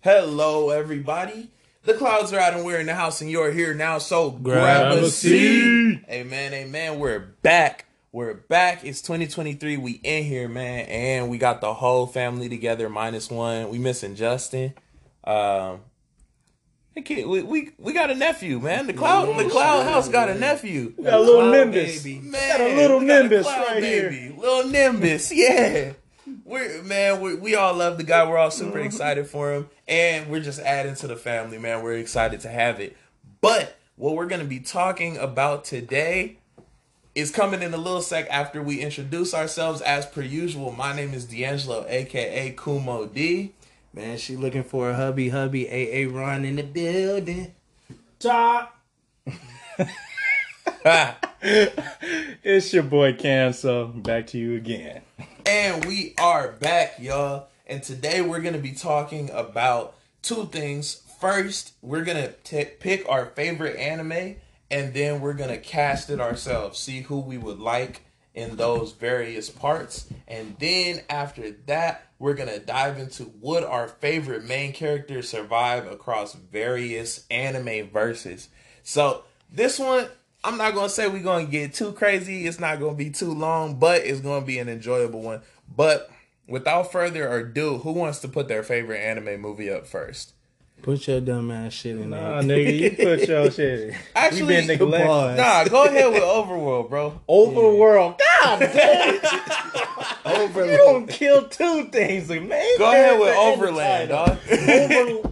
Hello, everybody. The clouds are out and we're in the house and you're here now, so grab, Grab a a seat. seat. Amen, amen. We're back. We're back. It's 2023. We in here, man, and we got the whole family together minus one. We missing Justin. Um the kid, we, we we got a nephew, man. The cloud the cloud house got a nephew. Got a little Cloud nimbus. baby. Man, Got a little we got a Nimbus cloud right baby. Little Nimbus, yeah. We're man, we we all love the guy. We're all super Mhm. excited for him, and we're just adding to the family, man. We're excited to have it. But what we're gonna be talking about today is coming in a little sec after we introduce ourselves as per usual. My name is D'Angelo, aka Kumo D. Man, she looking for a hubby, hubby, AA Ron in the building. Top. Ah. It's your boy Cam, so back to you again. And we are back, y'all. And today we're going to be talking about two things. First, we're going to t- pick our favorite anime, and then we're going to cast it ourselves, see who we would like in those various parts. And then after that, we're going to dive into would our favorite main characters survive across various anime verses. So, this one, I'm not gonna say we're gonna get too crazy. It's not gonna be too long, but it's gonna be an enjoyable one. But without further ado, who wants to put their favorite anime movie up first? Put your dumb ass shit in Nah, there. nigga, you put your shit. in. Actually, we been neglected. Goodbye. Nah, go ahead with Overworld, bro. Overworld. God damn, you Overload. don't kill two things, man. Go ahead with Overland, dog. Over-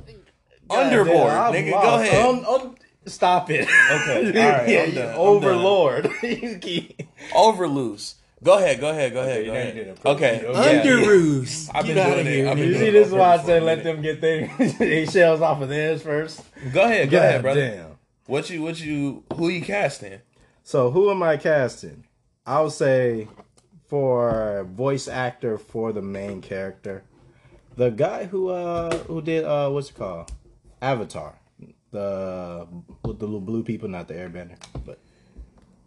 Underboard, I'm nigga. lost. Go ahead. Um, um, stop it. Okay, all right, yeah, I'm you done, I'm Overlord. you keep. Overloose. Go ahead, go ahead, go ahead, Okay, go now you ahead. did it. Okay, Okay. yeah, yeah. Underoos. I've been Get outta doing it. here, I've been nigga. You doing see, it this is on why I purpose say for a let minute. them get their, their shells off of theirs first. Go ahead, go ahead, brother. damn. What you, what you, who you casting? So who am I casting? I would say for voice actor for the main character, the guy who uh who did uh what's it called Avatar, the with the little blue people, not the Airbender, but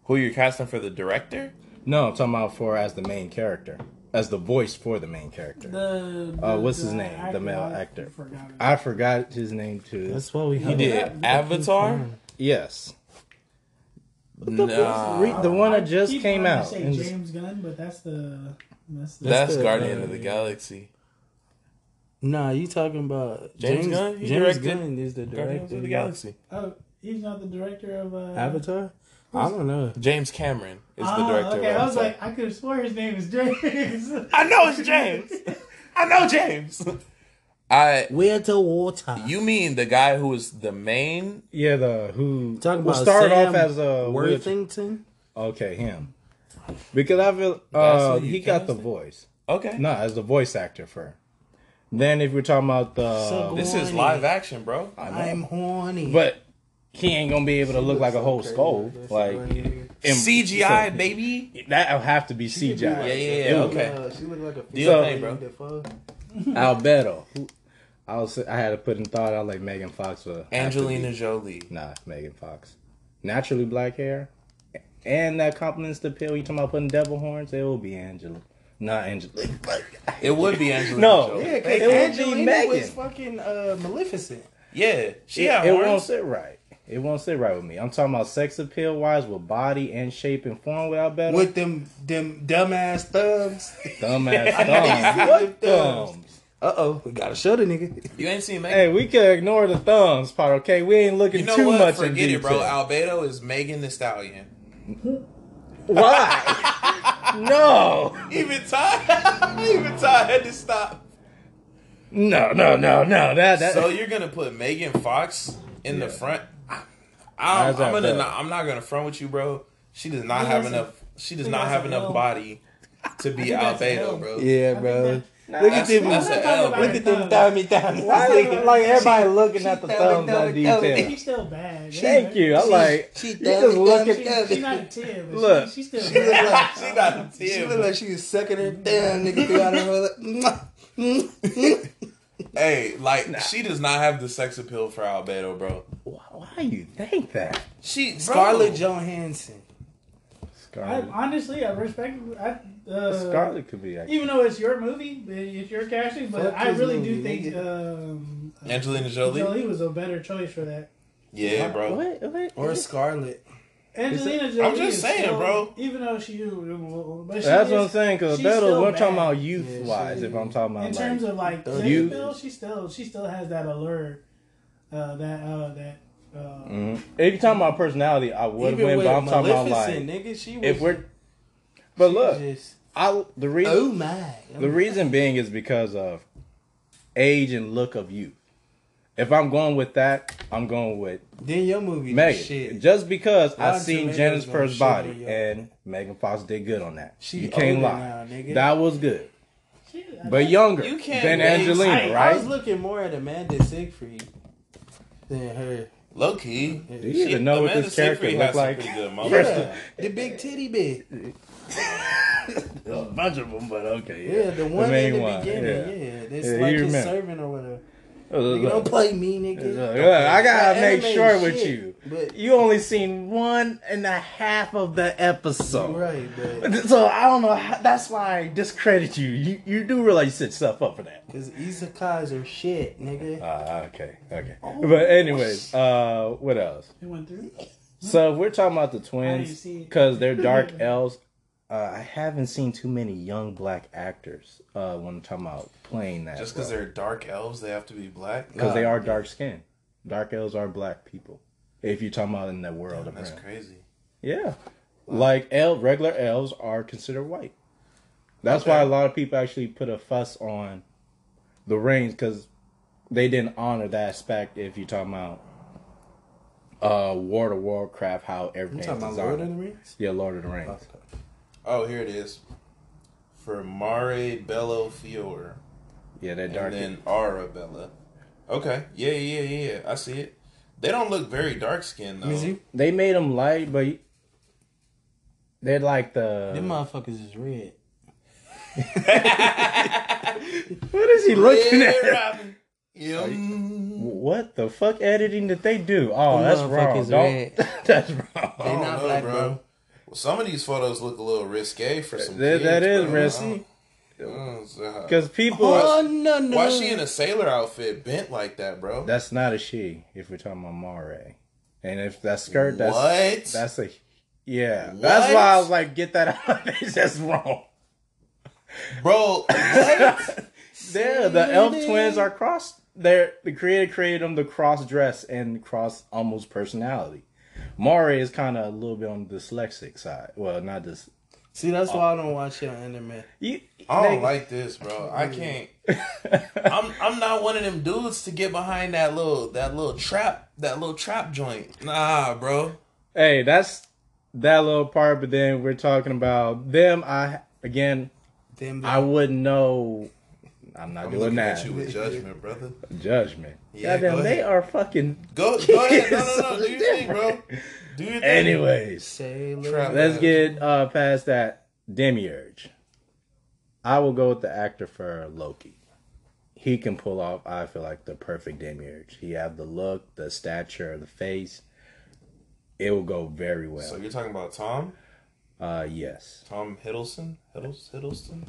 Who you're casting for the director? no, I'm talking about for as the main character, as the voice for the main character. The, Uh, the- what's his name? The male I actor. forgot it. I forgot his name too. That's what we He did Avatar. Yes, Nah. Re- the one I that just keep came wanting to out. say and just- James Gunn, but that's the that's the That's the, Guardian uh, of the Galaxy. Nah, you talking about James James, Gunn? He James directed Gunn is the Guardians director. of the Galaxy. oh he's not the director of uh, Avatar? I don't know. James Cameron is the Ah, director. Okay, of I was Avatar. like, I could have swore his name is James. I know it's James. I know James. I. Where the water? You mean the guy who was the main? yeah, the who talking who about started Sam off as uh, a Worthington? Okay, him. Because I feel That's uh, who you he got the casted? voice. Okay. No, as the voice actor for. Then if we're talking about the, uh, So- This is live action, bro. I'm horny. but he ain't gonna be able to look like a whole skull. Like and- CGI baby. so that'll have to be CGI. Yeah, yeah, yeah. It was Okay. Uh, she looked like a Do fish. your So- thing, bro. Albedo. who- I was I had to put in thought. I was like Megan Fox for Angelina Jolie. Nah, Megan Fox. Naturally black hair, and that compliments the pill. You talking about putting devil horns? It will be Angela, not Angela. It would be Angelina No. Jolie. Yeah, because It won't be Angelina Megan. was fucking uh, Maleficent. Yeah, she it, had it horns. won't sit right. It won't sit right with me. I'm talking about sex appeal wise with body and shape and form without better. With them them dumbass thumbs. thumb ass thumbs. What thumbs. Uh oh, we gotta show the nigga. You ain't seen Megan. Hey, we could ignore the thumbs part, okay? We ain't looking you know too what? much in Forget it, bro. detail. Albedo is Megan the Stallion. Why? no. Even Ty, even Ty had to stop. No, no, no, no. That that So you're gonna put Megan Fox in the Yeah. front? I, I'm, How's that I'm gonna. feel? Not, I'm not gonna front with you, bro. She does not Think have that's a- enough. She does think not that's have a enough no. body to be think that's a Albedo, no. bro. Yeah, I bro. think look at That's- them. that's a Look I'm not L, bro. talking about her at them thumbs. thummy thumbs. Why That's like, like- like everybody looking at the she thumbs thumbing, on thumbing, detail. She's still bad. Thank you. I She- like she you just thumbing, looking. thumbing, She's not a ten, but Look. Look, she, she's still She looked bad. like she got a she ten. looked bro. like she was sucking her damn nigga throughout her. Like, Hey, like she does not have the sex appeal for Albedo, bro. Why, why you think that? She bro. Scarlett Johansson. I, Scarlet. honestly, I respect. I uh, Scarlet could be actually. even though it's your movie, it's your casting, but Fuck I his really movie, do think um, Angelina Jolie. Jolie was a better choice for that. Yeah, bro. What? What? Or Scarlet. Angelina Jolie. I'm just is saying, still- bro. Even though she, but she That's what I'm is- saying. Because she's that still we're talking bad. about youth Yeah, she wise. is. If I'm talking about in like, terms of like thirty sex years. appeal, she still she still has that allure, uh, that uh, that. Uh, Mhm. if you're talking about personality, I would Even win. with But I'm talking about Maleficent, like nigga, she was. if we're. But she look, just- I the reason oh my. the reason being is because of age and look of youth. If I'm going with that, I'm going with then your movie Megan. Megan. shit. Just because I Rotten seen Tomatoes Janice gonna Purse shit on body you. and Megan Fox did good on that. She you can't older lie. now, nigga. That was good, she, uh, but younger You can't than raise- Angelina, I- I right? I was looking more at Amanda Siegfried than her. Low key. Do you even know what Amanda this character Seyfried look has some like? pretty good moments. Yeah, the big titty bit. a bunch of them, but okay. Yeah, the one in the beginning. Yeah, yeah. it's Yeah, you like his remember. servant or whatever. Look, look, Nigga, don't look. play me, nigga. Look, look, I gotta That make anime sure is with shit, you. But You only seen one and a half of the episode. you're right, but So I don't know. How, that's why I discredit you. You you do realize you set stuff up for that. because isekais are shit, nigga. Uh, okay, okay. Oh. But anyways, uh, what else? it went through. So we're talking about the didn't twins see it. because they're dark elves. Uh, I haven't seen too many young black actors uh, when I'm talking about playing that. Just because they're dark elves, they have to be black. because Ah, they are dark skinned. Dark elves are black people. If you're talking about in the world of That's Ren. crazy. yeah, like elf, regular elves are considered white. That's why a Okay. lot of people actually put a fuss on the rings because they didn't honor that aspect. If you're talking about uh, War to Warcraft, how I'm everything's talking about designed. Lord of the Rings. yeah, Lord of the Rings. Oh, here it is. For Mare Bello Fiore. Yeah, they're dark. And then Arabella. Okay. Yeah, yeah, yeah, yeah. I see it. They don't look very dark skinned Let me though. see. they made them light, but they're like the. Them uh, motherfuckers is red. what is he looking Yeah, at? Robin. Yum. What the fuck editing did they do? Oh, Them that's wrong. motherfuckers Don't, red. that's I wrong. don't not know, black, bro. bro. Well, some of these photos look a little risque for some That- kids. that is bro. risky. Mm, uh, Because people. Oh no no. Why is she in a sailor outfit bent like that, bro? That's not a she. If we're talking about Mare, and if that skirt, that's what? that's a yeah. That's why I What? was like, get that out. It's just wrong. bro, what? Yeah, the elf twins are cross. They're the creator created them to cross dress and cross almost personality. Mare is kind of a little bit on the dyslexic side. Well, not this. See, that's why I don't watch your anime. You, I don't they- like this, bro. I can't. I'm I'm not one of them dudes to get behind that little that little trap that little trap joint. Nah, bro. hey, that's that little part. But then we're talking about them. I again, Them I wouldn't know. I'm not I'm doing looking that. at you with judgment, brother. judgment. Yeah, Goddamn, go they ahead. are fucking. Go go ahead. No, It's no, no. Do you think, bro? different. Do you think? Anyways, sailor. Trap. let's get uh past that demiurge. I will go with the actor for Loki. He can pull off. I feel like the perfect demiurge. He have the look, the stature, the face. It will go very well. So you're talking about Tom? uh, yes. Tom Hiddleston? Hiddles, Hiddleston?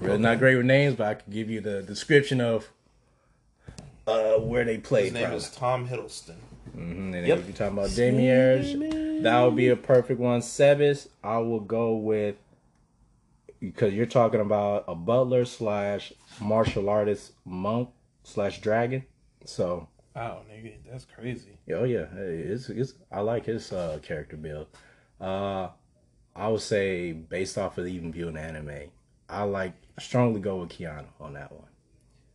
Really not great with names, but I could give you the description of uh where they played. His name from. is Tom Hiddleston. Mm-hmm. And Yep. if you're talking about Demiurge, that would be a perfect one. Sebas, I will go with because you're talking about a butler slash martial artist monk slash dragon. So, Wow, Oh, nigga, that's crazy. oh yeah, hey, it's, it's I like his uh, character build. Uh, I would say based off of even viewing anime, I like strongly go with Keanu on that one.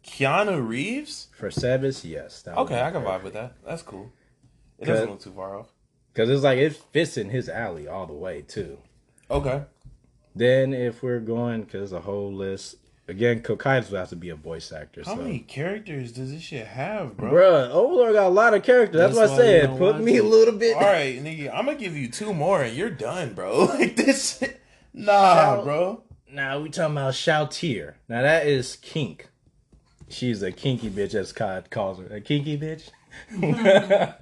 Keanu Reeves? For Sebas, yes. That Okay, I can vibe with that. That's cool. It doesn't look too far off. because it's like it fits in his alley all the way too. Okay. Then if we're going, because a whole list again, Kokaitis would have to be a voice actor. How so. many characters does this shit have, bro? Bruh, Overlord got a lot of characters. That's, That's what I why we said. don't Put watch me it. a little bit. All right, nigga, I'm gonna give you two more and you're done, bro. Like this, shit- nah, Shout- bro. Now we talking about Shoutier. Now that is kink. She's a kinky bitch, as Cod calls her. A kinky bitch.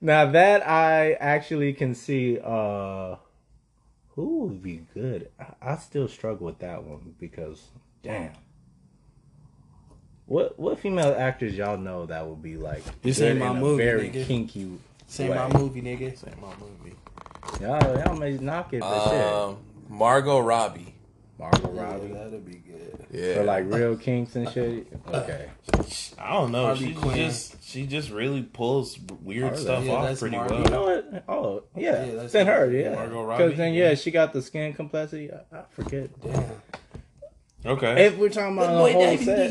now that I actually can see uh Who would be good? I, I still struggle with that one because damn. What what female actors y'all know that would be like This good ain't my in a movie, very nigga. kinky Same way? my movie, nigga. Say my movie. Y'all, y'all may knock it, but shit. Um, Margot Robbie. Margot Robbie that'd be good. Yeah. for like real kinks and shit. Okay, I don't know. Harley She Quinn. just she just really pulls weird Harley. stuff Yeah, off that's pretty Margot. you well. know what? Oh Yeah, yeah, that's- then her, yeah. Margot Robbie, Because then yeah, she got the skin complexity. I, I forget. Damn. Okay. If we're talking about the whole set,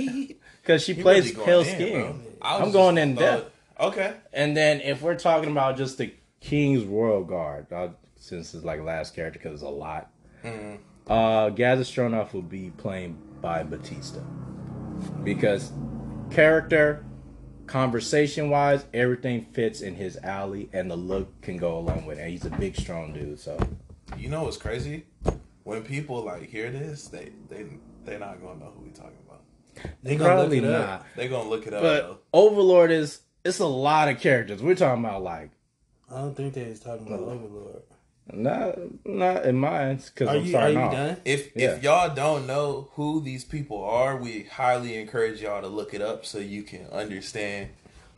because she You plays really going pale in, skin. bro. I was I'm just going in thought- depth. Okay. And then if we're talking about just the King's Royal Guard, uh, since it's like last character because it's a lot. Mm-hmm. Uh, Gaz Astronoff will be playing by Batista because character, conversation wise, everything fits in his alley, and the look can go along with it. And he's a big, strong dude, so You know what's crazy? When people like hear this, they they they're not gonna know who we talking about. They probably gonna look it not. up. They gonna look it up. But Overlord is it's a lot of characters. We're talking about like I don't think they was talking about Overlord. not not in mine because Are I'm you are you starting off. done? If if y'all don't know who these people are, we highly encourage y'all to look it up so you can understand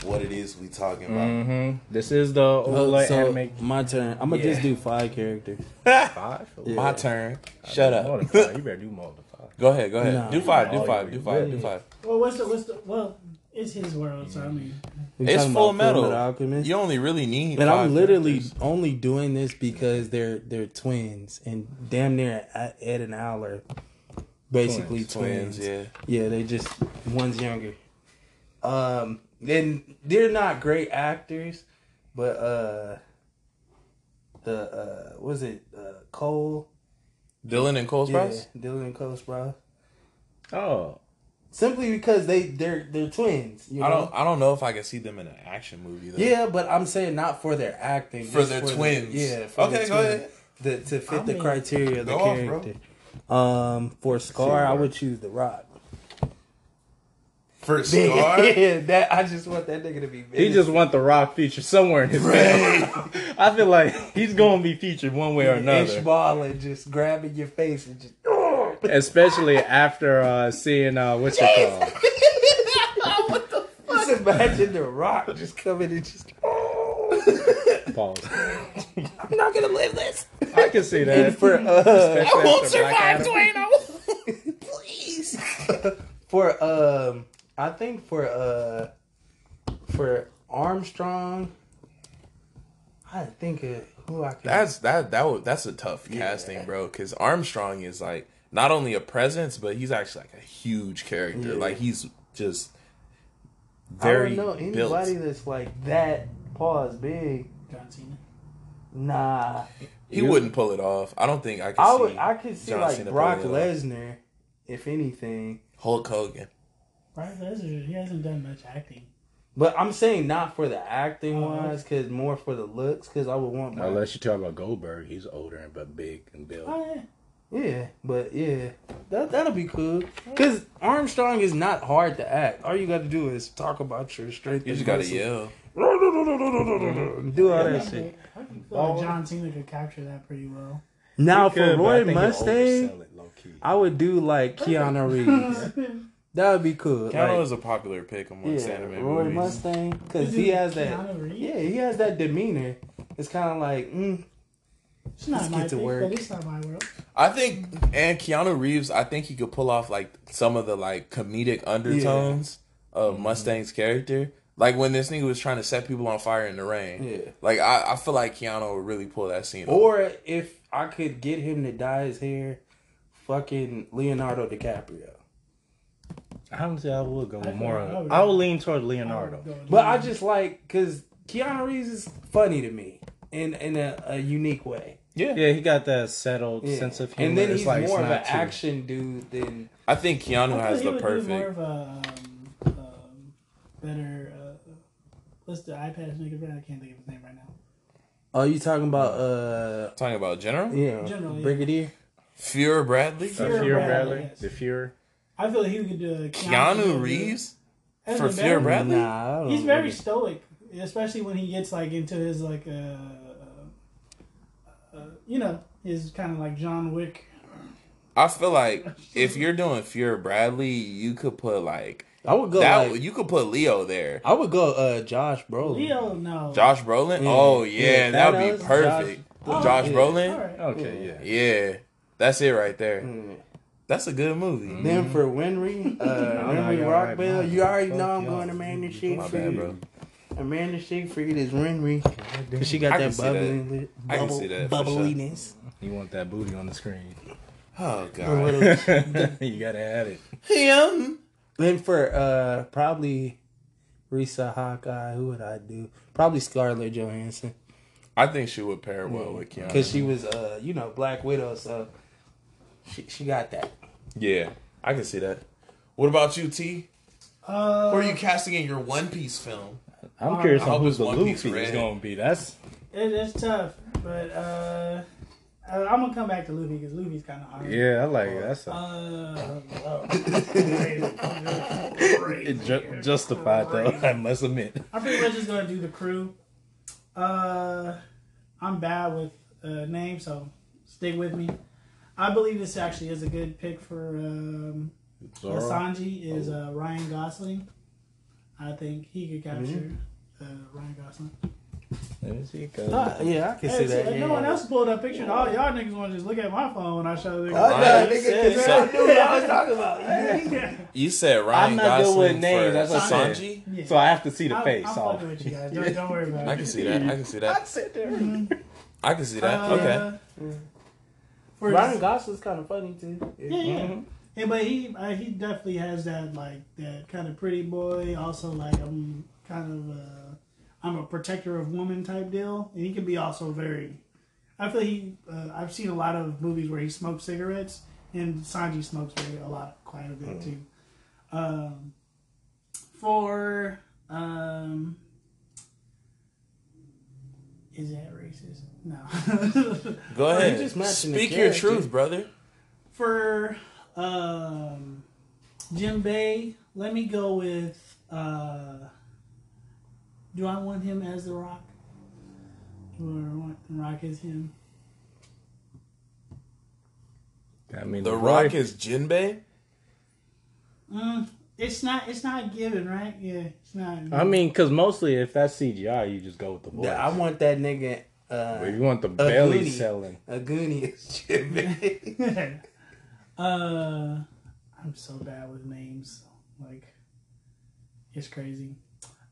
what it is we talking about. hmm This is the overlay so anime my turn. I'm gonna just Yeah. do five characters. five. Yeah. My turn. Shut More up. than five. You better do more than five. Go ahead. Go ahead. Nah. do five. Do Oh, five. you Do five. Do really- five. Well, what's the what's the well? It's his world, so I mean, We It's talking about Full Metal. Alchemist. You only really need. But five I'm literally characters. only doing this because they're they're twins and damn near I- Ed and Al are basically twins. twins. Yeah. yeah, they just one's younger. Um, then they're not great actors, but uh, the uh, was it uh Cole? Dylan and Cole Sprouse. Yeah, Dylan and Cole Sprouse. Oh, Simply because they they're they're twins. You know? I don't. I don't know if I can see them in an action movie though. Yeah, but I'm saying not for their acting. For just their the- twins. yeah. For Okay, the go ahead. The, to fit I the mean, criteria of the go off, bro. character. um, for Scar, I would choose The Rock. For Scar. yeah, that I just want that nigga to be. Big. he just want the Rock feature somewhere in his. I feel like he's gonna be featured one way or another, Ishbal and just grabbing your face and just. oh, especially after uh, seeing uh, what's it called? Just imagine The Rock just coming and just. oh. Pause. I'm not gonna live this. I can see that. And for uh, Especially after Black Adam. please. for um, I think for uh, for Armstrong, I didn't think of who I could. That's that that was, that's a tough casting, bro. Because Armstrong is like not only a presence, but he's actually like a huge character. Yeah. Like he's just I very don't know anybody built. that's like that. Pause big. John Cena. Nah, He wouldn't pull it off. I don't think I could I see would. I could see John like Cena Brock pull it off. Lesnar, if anything. Hulk Hogan. Brock Lesnar, he hasn't done much acting. But I'm saying not for the acting Uh-huh. wise, cause more for the looks, cause I would want my Unless you talk about Goldberg, he's older and but big and built. Oh, yeah. yeah. But yeah, that that'll be cool. Cause Armstrong is not hard to act. All you got to do is talk about your strength. You and just gotta muscle. yell. Do all that shit. I feel like John Cena could capture that pretty well. Now He for could, but I Roy think he'll Mustang, oversell it low-key. I would do like Keanu Reeves. that would be cool. Keanu like- is a popular pick amongst Yeah, anime Roy movies. Mustang, because Is he it has that. Keanu Reeves? Yeah, he has that demeanor. It's kind of like, mm, It's not Let's my get to pick, work. but it's not my world. I think, and Keanu Reeves, I think he could pull off like some of the like comedic undertones of Mm-hmm. Mustang's character. Like when this nigga was trying to set people on fire in the rain. Yeah. Like I, I feel like Keanu would really pull that scene. off. or if I could get him to dye his hair, fucking Leonardo DiCaprio. Honestly, I would go I more. would- I would- I would lean toward I Leonardo. would go with But I Leonardo. just like because Keanu Reeves is funny to me in in a, a unique way. yeah. Yeah, he got that settled Yeah. sense of humor. and then It's he's like, it's more of not an too- action dude than I think Keanu I has thought he the would be more perfect. of a um, um, better. Uh, what's the iPad nigga? brand? I can't think of his name right now. Oh, you talking about uh Talking about General yeah General, yeah. Brigadier? Fuhrer Bradley, The Fuhrer Fuhrer Bradley, Bradley, yes. the Fuhrer. I feel like he could do a Keanu Reeves As for a better- Fuhrer Bradley. Mm, Nah, I don't He's very really- stoic, especially when he gets like into his like uh, uh, you know is kind of like John Wick. I feel like if you're doing Fuhrer Bradley, you could put like I would go. that. like, you could put Leo there. I would go. Uh, Josh Brolin. Leo, no. Josh Brolin. Yeah. Oh yeah, Yeah, that would Thanos, be perfect. Oh, Josh, yeah. All Brolin. right. Okay, yeah. Yeah, that's it right there. Mm. That's a good movie. Then for Winry, uh, I know Winry y'all right Rockbell, now. you already Fuck know I'm y'all. going Amanda My Siegfried. bad, bro. Amanda Siegfried is Winry. 'Cause she I got can that see that. bubbling, I can see that for sure. bubbliness. You want that booty on the screen? Oh A god. little- you gotta add it. Him. Then for uh, probably Risa Hawkeye, who would I do? Probably Scarlett Johansson. I think she would pair well with Keanu. Because Mm. she was, uh, you know, Black Widow, so she, she got that. Yeah, I can see that. What about you, T? Uh, Who are you casting in your One Piece film? I'm Uh, curious I hope on who it's the One Piece Luffy is Red. gonna be. That's It, it's tough, but uh, I, I'm gonna come back to Luffy because Luffy's kind of hard. yeah. I like it. that's a, Uh, oh, crazy, crazy. it ju- justified though. I must admit. I'm pretty much just gonna do the crew. Uh, I'm bad with uh, names, so stick with me. I believe this actually is a good pick for um, Sanji is Oh. uh, Ryan Gosling. I think he could capture Mm-hmm. uh, Ryan Gosling. Let me see, 'cause- Uh, yeah, I can see Hey, that. see, yeah. No one else pulled up pictures. All y'all niggas want to just look at my phone when I show them. Oh, Ryan. no, nigga, 'cause So- I knew what I was talking about. yeah. You said Ryan I'm not good Gosling with names, for that's what I Sanji. said. So I have to see the I'm, face. I'm all- fucking with you guys. Don't, don't worry about it. I can see that. I can see I'd that. sit there. Mm-hmm. I can see that. Uh, okay. for Ryan his- Gosling's kind of funny, too. yeah, yeah. Mhm. Yeah, but he uh, he definitely has that like that kind of pretty boy. Also, like I'm kind of uh, I'm a protector of woman type deal, and he can be also very. I feel he. Uh, I've seen a lot of movies where he smokes cigarettes, and Sanji smokes very, a lot, quite a bit too. Um, for um, is that racist? No. Go you ahead. just matching the Speak your character. truth, brother. for um, Jim Bay, let me go with. Uh, do I want him as The Rock? Or want The Rock as him? I mean, The Rock is Jinbei. Mm, it's not. It's not given, right? Yeah, it's not. I mean, because mostly if that's CGI, you just go with the voice. Yeah, I want that nigga. Uh, But you want the belly booty. selling. A goonie is Jimmy. uh, I'm so bad with names. Like, it's crazy.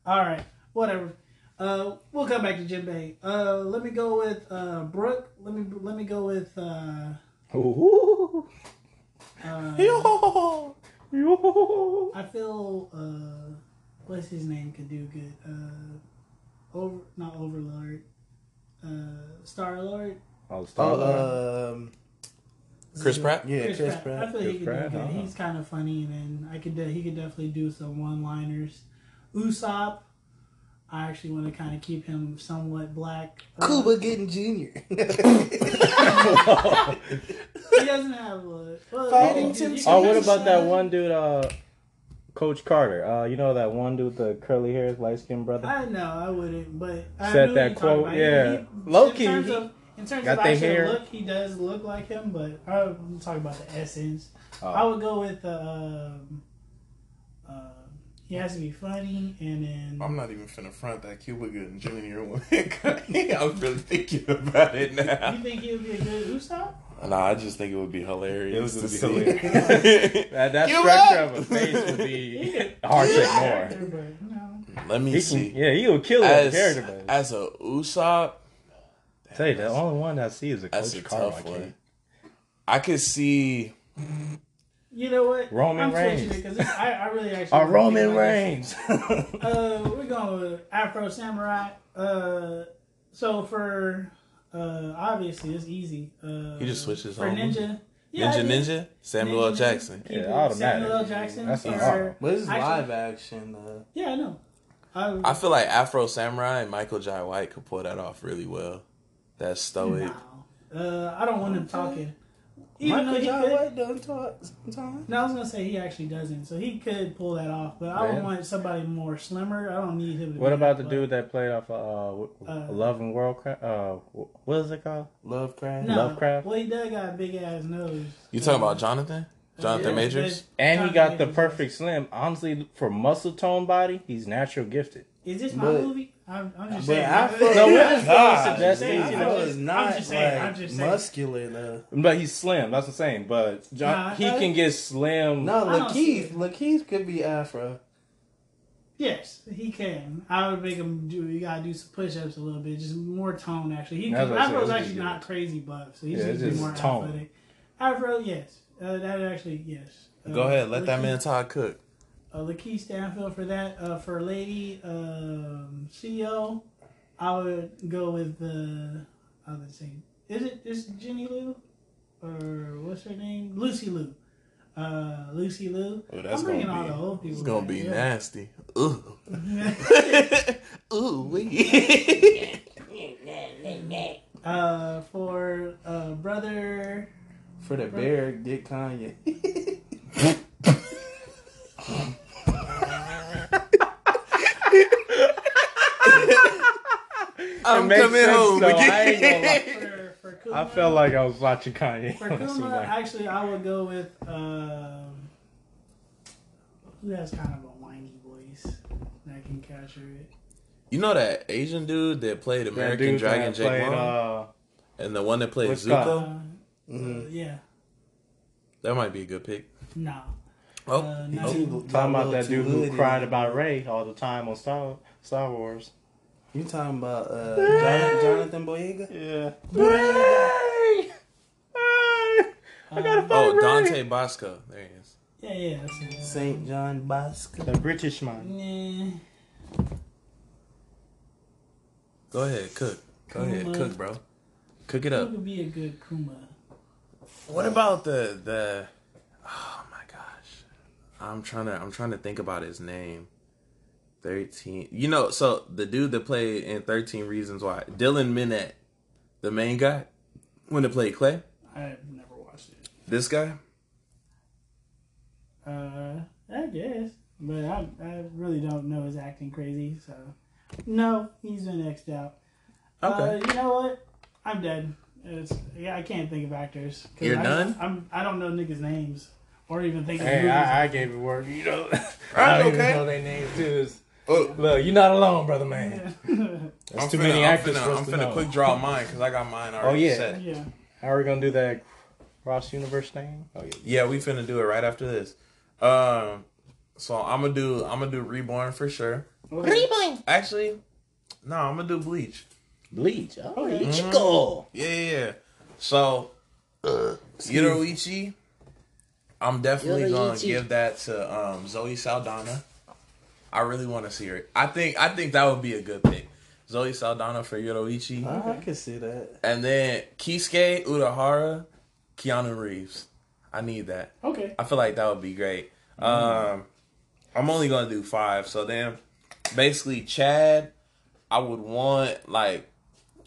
All right, whatever. Uh, we'll come back to Jim Bay. Uh, let me go with uh Brooke. Let me let me go with uh. Ooh. uh Yo. Yo. I feel uh, what's his name could do good. Uh, over not Overlord, uh, Star Lord. Oh, Star Uh, Lord. Oh, um, Chris Pratt. yeah, Chris, Pratt. uh-huh. I feel Chris he could Pratt, do good. huh? He's kind of funny, and then I could de- he could definitely do some one-liners. Usopp, I actually want to kind of keep him somewhat black. Uh, Cuba Gooding Jr. He doesn't have a. Well, Fighting you- you- Tim- you oh, can what have about that some- one dude, uh, Coach Carter? Uh, you know that one dude with the curly hair, light skinned brother? I know I wouldn't, but I Said knew that you talked quote, about it. yeah. He, Low-key, In terms he of, in terms got of they actual hair. look, he does look like him, but I'm talking about the essence. Oh. I would go with um, uh, he has to be funny, and then I'm not even finna front that Cuba Gooding Jr. one. I'm really thinking about it now. you think he would be a good Usopp? Nah, I just think it would be hilarious. It would to be see. hilarious. That, that You structure up? of a face would be Yeah. hard to Character, ignore. but no. Let me He see. can, yeah, he will kill that As, character, but as a Usopp, Tell you, the only one I see is a that's Coach a Carter. I tough can't- one. I could see. You know what? Roman I'm switching Reigns. it 'cause this- I, I really actually. Oh, wanna Roman think about this. Reigns. Uh, we're going with Afro Samurai. Uh, so for uh, obviously it's easy. Uh, He just switches for on. Ninja. I Ninja did. Ninja, Samuel L. Ninja Ninja. Jackson. Keep Yeah, it. automatic. Samuel L. Jackson. That's or- awesome. But this is Actually- live action. Uh, Yeah, I know. I, I feel like Afro Samurai and Michael Jai White could pull that off really well. That stoic. no. Uh, I don't want him talking. Even though Michael he John could, White done taught sometimes. No, I was gonna say he actually doesn't, so he could pull that off. But I Really? would want somebody more slimmer. I don't need him. To What be about the that dude that played off of uh, Uh, Love and Worldcraft? Uh, wh- what is it called? buff. Lovecraft. No. Lovecraft? Well, he does got a big ass nose. You talking about Jonathan? Jonathan Yeah, Majors? but- And he Jonathan got the Majors. perfect slim. Honestly, for muscle tone body, he's natural gifted. Is this my But- movie? I'm, I'm just but saying. I feel- No, we're just God. throwing suggestions, you I know. just- it's not I'm just saying, like I'm just saying. muscular though. But he's slim. That's what I'm saying. But Nah, John, I he thought- can get slim. No, I don't see Lakeith. it. Lakeith could be Afro. yes, he can. I would make him do. You gotta do some push ups a little bit, just more tone. Actually, he That's can, what I said, Afro's it's actually just- not crazy buff, so he's Yeah, just, it's be just more tone. athletic. Afro, yes, uh, that actually yes. Uh, Go ahead, let that Lakeith- man Todd cook. uh, Lakeith Stanfield for that. Uh, for Lady um, CEO, I would go with the. I would say, is it is it Jenny Lou, or what's her name? Lucy Lou. Uh, Lucy Lou. Oh, that's I'm bringing gonna all be- the old people. It's gonna back, be yeah. nasty. Ooh. Ooh. Uh, for uh, brother. For the bear, get Kanye. I'm makes coming sense, home though. I ain't gonna again. lie. For, for I Kuma. felt like I was watching Kanye. For when I seen Kuma, that. actually, I would go with um, who has kind of a whiny voice that can capture it. You know that Asian dude that played That American dude Dragon that Jake played, Long? uh, and the one that played what's Zuko? called? Uh, Mm-hmm. uh, yeah, That might be a good pick. no. Oh, Uh, he- no. oh, Too- got a talking about little that too dude who hooded. cried about Ray all the time on Star Star Wars. You talking about uh, Jon- Jonathan Boyega? Yeah. Ray! Ray! I gotta find oh, Ray! Dante Bosco. There he is. Yeah, yeah, that's it. Saint John Bosco. The British man. Nah. Go ahead, cook. Go ahead, Kuma. cook, bro. Cook it Who up. could be a good Kuma? What about the the? Oh my gosh, I'm trying to I'm trying to think about his name. Thirteen. You know, so the dude that played in Thirteen Reasons Why, Dylan Minnette, the main guy, when they played Clay, I've never watched it. this guy. Uh, I guess, but I I really don't know his acting crazy. So, no, he's been x out. Okay. Uh, you know what? I'm done. It's, yeah, I can't think of actors. 'Cause You're I, done? I'm. I don't know niggas' names or even think of Hey, movies. I, I gave it work. You know, I don't even okay. know their names too. It's- Oh. Look, you're not alone, brother man. That's I'm too finna, many I'm actors finna, for us I'm to finna know. Oh, quick draw mine because I got mine already yeah. set. yeah. How are we gonna do that cross universe thing? Oh yeah. Yeah, we finna do it right after this. Um, so I'm gonna do I'm gonna do Reborn for sure. Okay. Actually, no, I'm gonna do Bleach. Bleach. Oh, Okay. Mm-hmm. Ichigo. Yeah, yeah. yeah. So Yoroichi, I'm definitely gonna Yoroichi. give that to um, Zoe Saldana. I really want to see her. I think I think that would be a good pick. Zoe Saldana for Yoroichi, Oh, I can see that. and then Kisuke Udahara, Keanu Reeves. I need that. Okay. I feel like that would be great. Um, I'm only gonna do five. So then, basically, Chad, I would want like,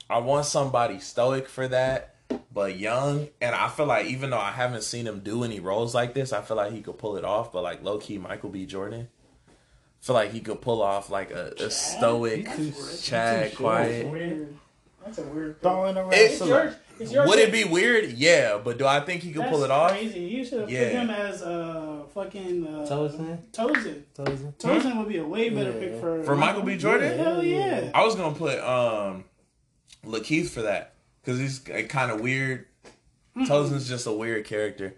I want somebody stoic for that, but young. And I feel like even though I haven't seen him do any roles like this, I feel like he could pull it off. But like low key, Michael B. Jordan, feel like he could pull off like a, a stoic He's too- he's Chad, too quiet. Weird. That's a weird. Throwing around. It's some- George, it's your Would it pick. be weird? Yeah, but do I think he could That's pull it off? Crazy. You should have Yeah. put him as uh, fucking uh, Tozen? Tozen. Tozen? Tozen would be a way better Yeah. pick for Hmm? For Michael B. Jordan? Hell yeah. I was gonna put um Lakeith for that because he's kind of weird. Mm-hmm. Tozen's just a weird character.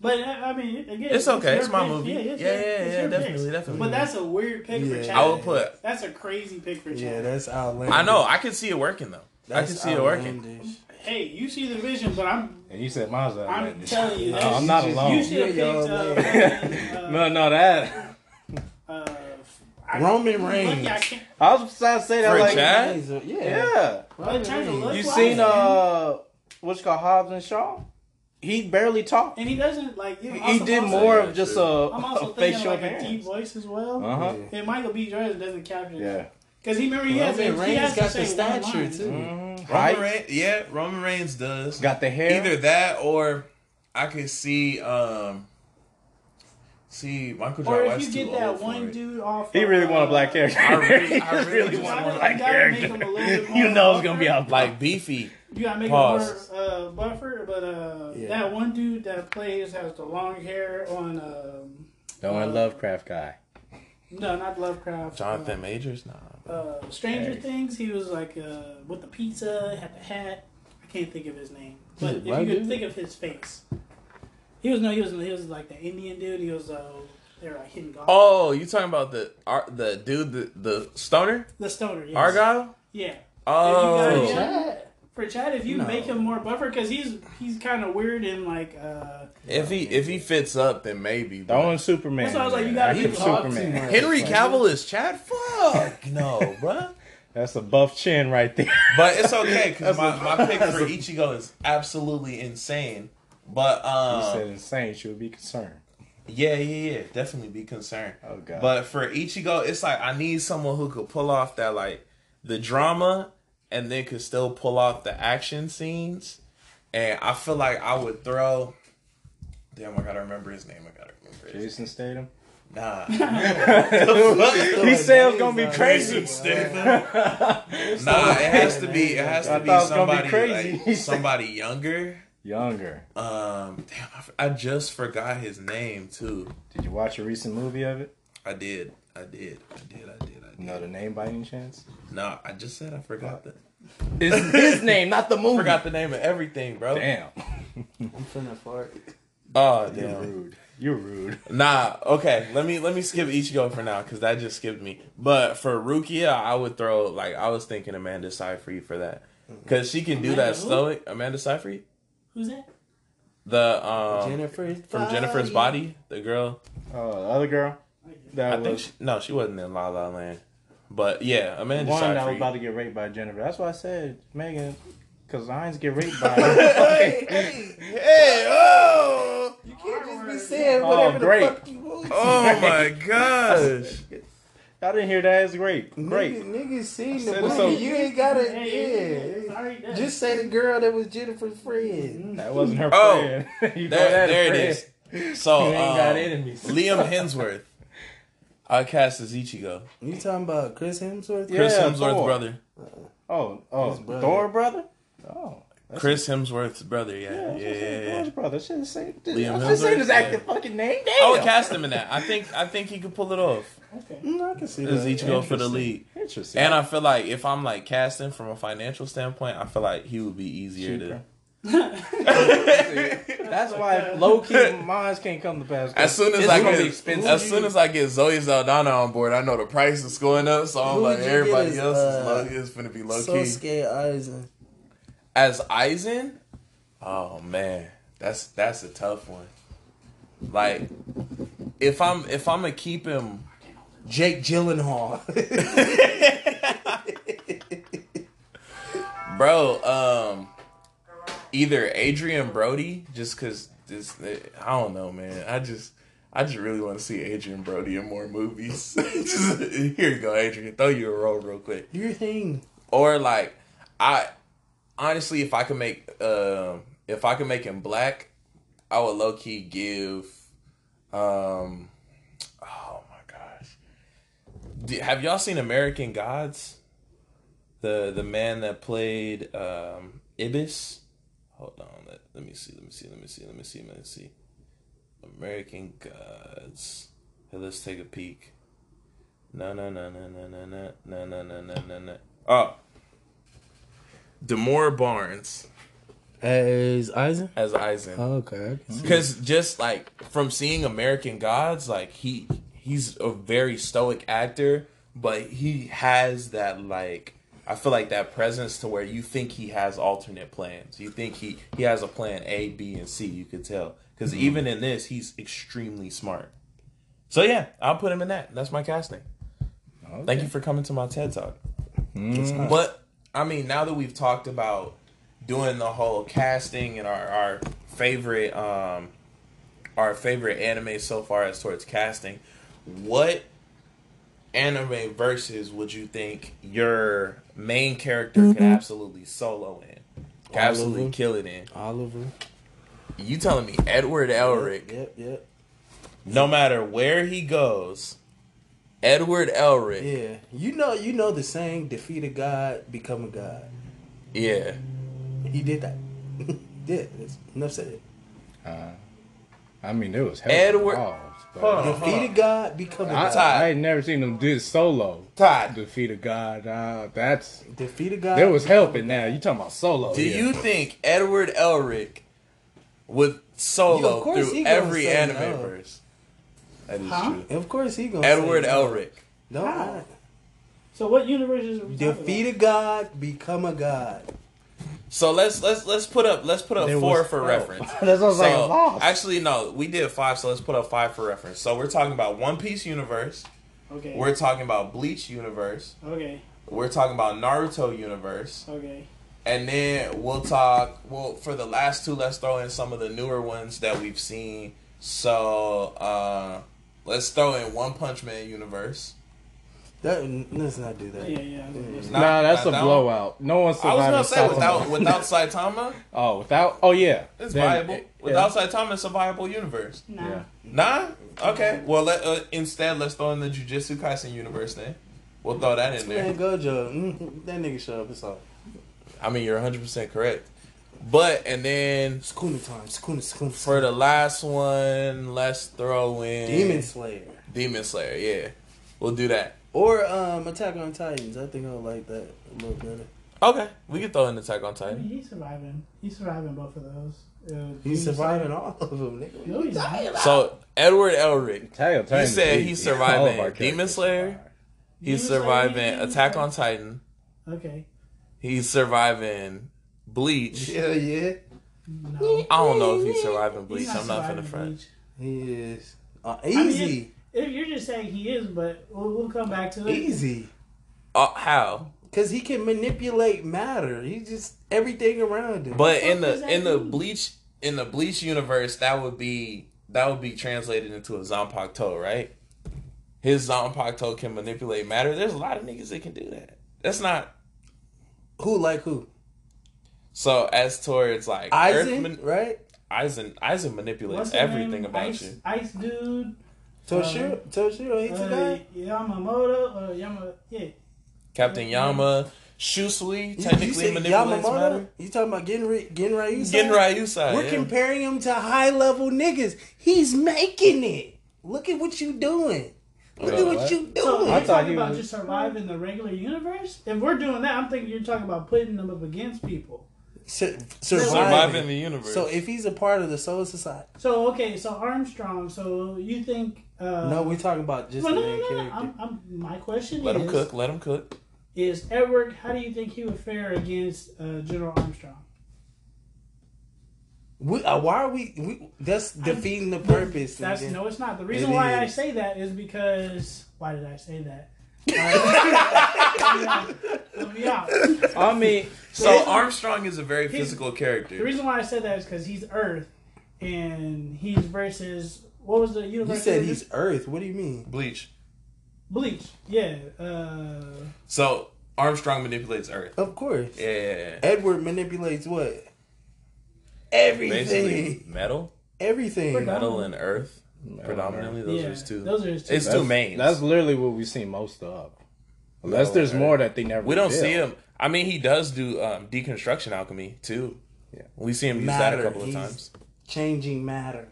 But uh, I I mean, again, It's okay. your It's my pick. movie. Yeah, it's Yeah, your- yeah, it's yeah, your definitely, pick. definitely. But that's a weird pick Yeah. for Chad. I would put. That's a crazy pick for Chad. Yeah, that's outlandish. I know. I can see it working though. I can see it working. outlandish. hey, you see the vision, but I'm And you said mine's I'm outlandish. telling you, No, that's- I'm not alone. You should have picked Yeah, y'all, uh, no, no, that. uh, uh, Roman Lucky Reigns. I can't. I was just trying to say that. For like, Chad? Yeah. he's a- Yeah. yeah. But in terms of Reigns. look You wise, seen uh, what's it called Hobbs and Shaw? He barely talked. and he doesn't like. You know, He also- did also- more yeah, of just a, true. I'm also a thinking facial like a deep appearance. voice as well. Uh huh. And Michael B. Jordan doesn't capture. Yeah. that. Because he remember he has, a, Roman he has Reigns to got say the one stature line. too. Roman Reigns, yeah, Roman Reigns does. Mm-hmm. Got the hair. Either that or I could see um see Michael J. Or if White's you too get that old for one it. dude off. He of, really want a uh, black character. I really- I He really really want a want- black you gotta make him a little character. bit You more know it's gonna be a awkward. black. like beefy. You gotta make Pause. it more uh, buffer, but uh, Yeah. that one dude that plays has the long hair on. Um, No one Lovecraft guy. no, not Lovecraft. Jonathan Majors, nah. Uh, uh, Stranger Hey. Things. He was like uh, with the pizza, had the hat. I can't think of his name, it but if black you could dude? think of his face, he was no, he was he was like the Indian dude. He was uh, they were like hitting golf. Oh, you talking about the ar- the dude the, the stoner the stoner. Yes. Argyle? Yeah. Oh, If you got him- For Chad, if you No. make him more buffer, because he's he's kind of weird and like. uh if he if he fits up, then maybe. but- Throwing Superman. That's why I was like, man. you gotta I keep keep hot Superman. Henry Cavill is Chad. Fuck no, bruh. That's a buff chin right there. But it's okay because That's my, a- my pick that's for a- Ichigo is absolutely insane. But um, You said insane. She would be concerned. Yeah, yeah, yeah. Definitely be concerned. Oh, God. But for Ichigo, it's like I need someone who could pull off that like the drama and then could still pull off the action scenes. And I feel like I would throw Damn, I gotta remember his name. I gotta remember his Jason Statham. Nah. he said it was gonna be crazy. Jason Statham. Nah, it has to be it has I to be thought it was gonna somebody be crazy. like, somebody younger. Younger. Um damn, I f- I just forgot his name too. Did you watch a recent movie of it? I did. I did. I did. I did. I did. You know the name by any chance? No, I just said I forgot the It's his name, not the movie. forgot the name of everything, bro. Damn. I'm finna fart. Oh You're damn. rude. You're rude. Nah, okay. Let me let me skip Ichigo for now because that just skipped me. But for Rukia, I would throw like I was thinking Amanda Seyfried for that because she can do Amanda that who? stoic. Amanda Seyfried, Who's that? the um Jennifer's from body. Jennifer's Body, the girl. Oh, the other girl. That I was think she, no, she wasn't in La La Land, but yeah, Amanda one that was Seyfried. about to get raped by Jennifer. That's why I said Megan, because I ain't get raped by. her. hey, hey, oh, You can't just be saying Oh, whatever great. the fuck you want. oh my gosh. Y'all didn't hear that? It's great. Niggas, Great. niggas seen said the it's movie. a- you ain't gotta. Hey, yeah. sorry, that- Just say the girl that was Jennifer's friend. That wasn't her Oh. friend. you There- don't have a there it friend. is. So You ain't got Oh, um, enemies. Liam Hemsworth. I cast as Ichigo. You talking about Chris Hemsworth? Chris Yeah, Hemsworth's Thor. brother. Oh, oh, His brother. Thor brother. Oh, that's- Chris Hemsworth's brother. Yeah, yeah, that's what I'm yeah. saying, yeah. Thor's brother. Should have said. Liam Oh, I should have said his Hemsworth, active fucking name. Damn. I would cast him in that. I think I think he could pull it off Okay. Mm, I can see as that. Ichigo for the Interesting. league. Interesting. And I feel like if I'm like casting from a financial standpoint, I feel like he would be easier Cheaper. to. That's why low key mines can't come to pass. as soon as It's I gonna get be expensive. as soon as I get Zoe Saldana on board, I know the price is going up, so I'm Who like would you everybody get as, else uh, is low is gonna be low So key. scared, Eisen. As Eisen, oh man, that's that's a tough one. Like, if I'm if I'm gonna keep him, Jake Gyllenhaal. bro, um, either Adrian Brody, just cause this, I don't know, man. I just I just really want to see Adrian Brody in more movies. Just- here you go, Adrian, throw you a role real quick. Do your thing. or like I honestly, if I could make um if I could make him black, I would low key give um oh my gosh, D have y'all seen American Gods? The the man that played um Ibis. Hold on, let, let me see, let me see, let me see, let me see, let me see. American Gods. Hey, let's take a peek. No, no, no, no, no, no, no, no, no, no, no, no, no. Oh. Demora Barnes As Eisen? as Eisen. Okay. Because just like from seeing American Gods, like he he's a very stoic actor, but he has that like I feel like that presence to where you think he has alternate plans. You think he he has a plan A, B, and C. You could tell because even in this, he's extremely smart. So yeah, I'll put him in that. That's my casting. Thank you for coming to my TED talk. But I mean, now that we've talked about doing the whole casting and our, our favorite um our favorite anime so far as towards casting, what anime verses would you think your main character could absolutely solo in? Could All of absolutely them. kill it in. Oliver. You telling me Edward Elric, Yep, yep. no matter where he goes, Edward Elric, Yeah. You know you know the saying, defeat a god, become a god. yeah. He did that. yeah, that's enough said. Uh, I mean, it was hell Edward- involved, but- Hold on. Defeat a god, become a I, god. I ain't never seen them do it solo. Todd, Defeat a god. Uh, that's Defeat a god. there was help in that. You talking about Oh, solo? do here. you think Edward Elric would Yeah, solo of course through he gonna every say anime no. verse? That is Huh? true. Of course he gonna Edward say Elric. No, How? So what universe is it? Defeat a god, become a god. So let's let's let's put up let's put up There four was- for oh. reference. That's what I was like. So, lost. actually, no, we did five, so let's put up five for reference. So we're talking about One Piece universe. Okay. We're talking about Bleach universe. okay. We're talking about Naruto universe, Okay. and then we'll talk. Well, for the last two, let's throw in some of the newer ones that we've seen. So uh, let's throw in One Punch Man universe. That let's not do that. Yeah, yeah. I was Nah, gonna Nah, that's nah, a that one- blowout. No one I was survived. gonna say Saitama. without without Saitama, Oh, without. Oh yeah, it's Then- viable. yeah. Without Saitama, it's a viable universe. say- Nah. Yeah. Nah. Okay. Well, let, uh, instead, let's throw in the Jujutsu Kaisen universe then. We'll throw that in Man, there. Gojo, mm, that nigga shut up. It's all I mean, you're 100 percent correct. But and then Sukuna time. Sukuna, Sukuna. for the last one, let's throw in Demon Slayer Demon Slayer. Yeah, we'll do that. or um Attack on Titans. I think I would like that a little better. Okay, we can throw in Attack on I mean, Titan. he's surviving. He's surviving both of those. Uh, He's surviving all of them, nigga. No, he's not. So Edward Elric, Tell, tell You him said it's he's easy. All of surviving our Demon characters Slayer? survived. he's Demon Slayer, surviving Demon Attack Slayer. on Titan. Okay. He's surviving Bleach. Hell yeah, No. I don't know if he's surviving He's Bleach. I'm not finna surviving front. Bleach. he is uh, mean, easy, If you're just saying he is, but we'll, we'll come back to it. easy. Uh, how? Cause he can manipulate matter. He just everything around him. But fuck in does the that in the mean? Bleach in the Bleach universe, that would be that would be translated into a Zanpakuto, right? His Zanpakuto can manipulate matter. There's a lot of niggas that can do that. That's not who like who? so as towards like Aizen, Earth, man- right? Aizen, Aizen manipulates What's the everything name? about Ice, you. Ice dude. Uh-huh. Toshiro, Toshiro, he's a Uh, guy. Yamamoto or Yama. Yeah. Captain Yama, Shusui technically you said manipulates Yamamoto? matter. You talking about Genrai? Genrai? You saying? Genrai Usai. We're yeah. comparing him to high level niggas. He's making it. Look at what you doing. Look Wait, at what, what? you So doing. you're I thought talking he about was- just surviving the regular universe? If we're doing that, I'm thinking you're talking about putting them up against people. Sur- surviving surviving. the universe. So if he's a part of the Soul Society, So okay, so Armstrong. So you think? Uh, no, we're talking about just Well, the no, main no, no. character. no. I'm, I'm, my question let is: him cook. Let him cook. Is Edward? How do you think he would fare against uh, General Armstrong? We, uh, why are we? we that's defeating the purpose. That's nigga. no, it's not. The reason It why I is. say that is because why did I say that? Let me out. I mean, So he's- Armstrong is a very he's- physical The character. reason why I said that is because he's Earth, and he's versus what was the You universe? said he's Earth. What do you mean? Bleach. Bleach. Yeah. Uh, So Armstrong manipulates Earth. Of course. Yeah. Edward manipulates what? Everything. Basically, metal, Everything. metal, and Earth. Predominantly, those yeah. are his two. Those are his two. It's that's, two mains. That's literally what we see most of. Unless No, there's right. more that they never. we don't reveal. see him. I mean, he does do um, deconstruction alchemy too. Yeah. We see him use that Matter, a couple of he's- times. Changing matter.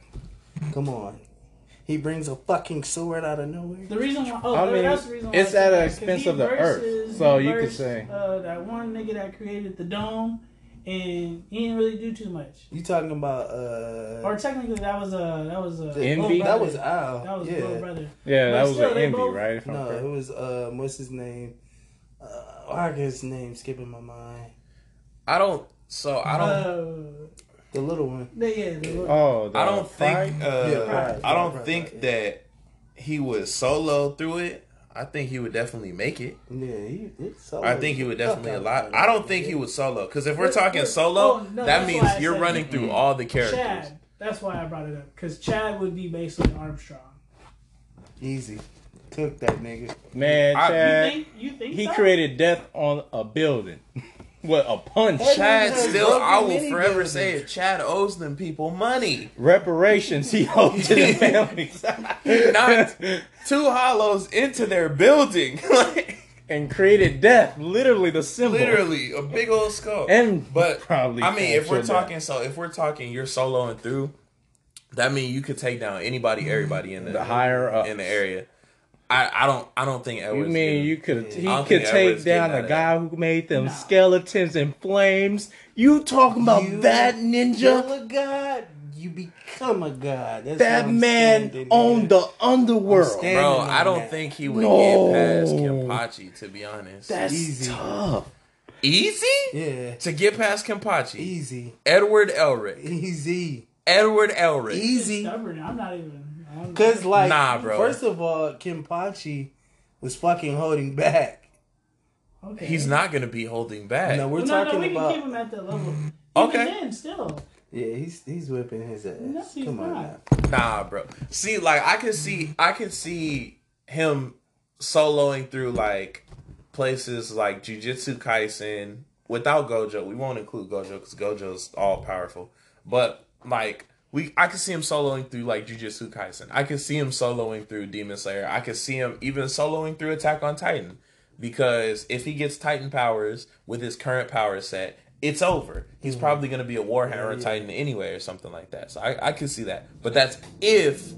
Come on. He brings a fucking sword out of nowhere. The reason why, oh, I mean, that's the reason why it's I said at the that, 'cause expense he of the earth, versus- so he you could versed, say. uh, that one nigga that created the dome, and he didn't really do too much. You talking about uh Or technically, that was uh, that was uh, Envy? Little that Brother. was Al. that was yeah. Little brother. Yeah, that But was still, an they envy, both- right? If I'm No, correct. it was um what's his name? Uh I guess his name skipping my mind. I don't. So I don't. Uh, The little one. they, yeah, they look- Oh, the I don't think. Uh, Yeah, right, I don't right, right, think right, yeah. that he would solo through it. I think he would definitely make it. Yeah, he it's I think he would definitely a lot. I don't think he would solo because if we're But- talking but- solo, oh, no, that that's means why I you're said- running through all the characters. Chad. That's why I brought it up because Chad would be basically Armstrong. easy. Cook that nigga. Man, I- Chad, think you think he so? created death on a building. what a punch! Chad Niggas still, broke I in will many forever buildings. say it. Chad owes them people money. Reparations he owed to the families, Not two hollows into their building. Like, and created death, literally the symbol. literally, a big old skull. and But probably I mean, if we're captured that. talking, so if we're talking, you're soloing through. That mean you could take down anybody, everybody in the, the higher up, in the area. I, I don't I don't think You Edwards. mean getting- you could he don't could think take Edwards getting down out the of guy who made them Nah. skeletons in flames? You talking about You- that You're ninja? a god. You become a god. That's That how I'm man standing, owned man. the underworld. standing- bro? on I don't that. think he would No. get past Kimpachi. To be honest, That's Easy. tough. easy Yeah. to get past Kimpachi. Easy. Edward Elric. Easy. Edward Elric. Easy. Stubborn. I'm not even. I'm, Cause like Nah, bro. first of all, Kimpachi was fucking holding back. okay. He's not gonna be holding back. No, we're Well, no, no, talking we about can keep him at that level. Even Okay. Then, still. Yeah, he's he's whipping his ass. No, he's Come on now. not. Nah, bro. See, like I could see, I could see him soloing through like places like Jujutsu Kaisen without Gojo. We won't include Gojo because Gojo's all powerful. But like we, I could see him soloing through like Jujutsu Kaisen. I could see him soloing through Demon Slayer. I could see him even soloing through Attack on Titan because if he gets Titan powers with his current power set, it's over. He's probably going to be a Warhammer Titan anyway or something like that. So I, I could see that. But that's if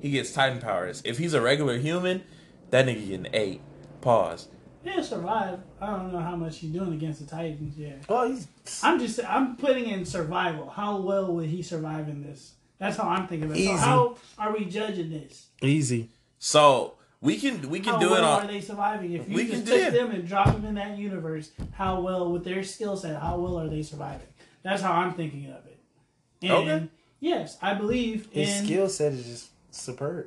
he gets Titan powers. If he's a regular human, that nigga getting eight. Pause. He'll survive. I don't know how much he's doing against the Titans yet. Oh, he's I'm just I'm putting in survival. How well would he survive in this? That's how I'm thinking about it. So Easy. how are we judging this? easy. So we can we can How do well it are on. they surviving? If you We just can do took it. them and dropped them in that universe, how well with their skill set, how well are they surviving? That's how I'm thinking of it. And Okay. yes, I believe in His skill set is just superb.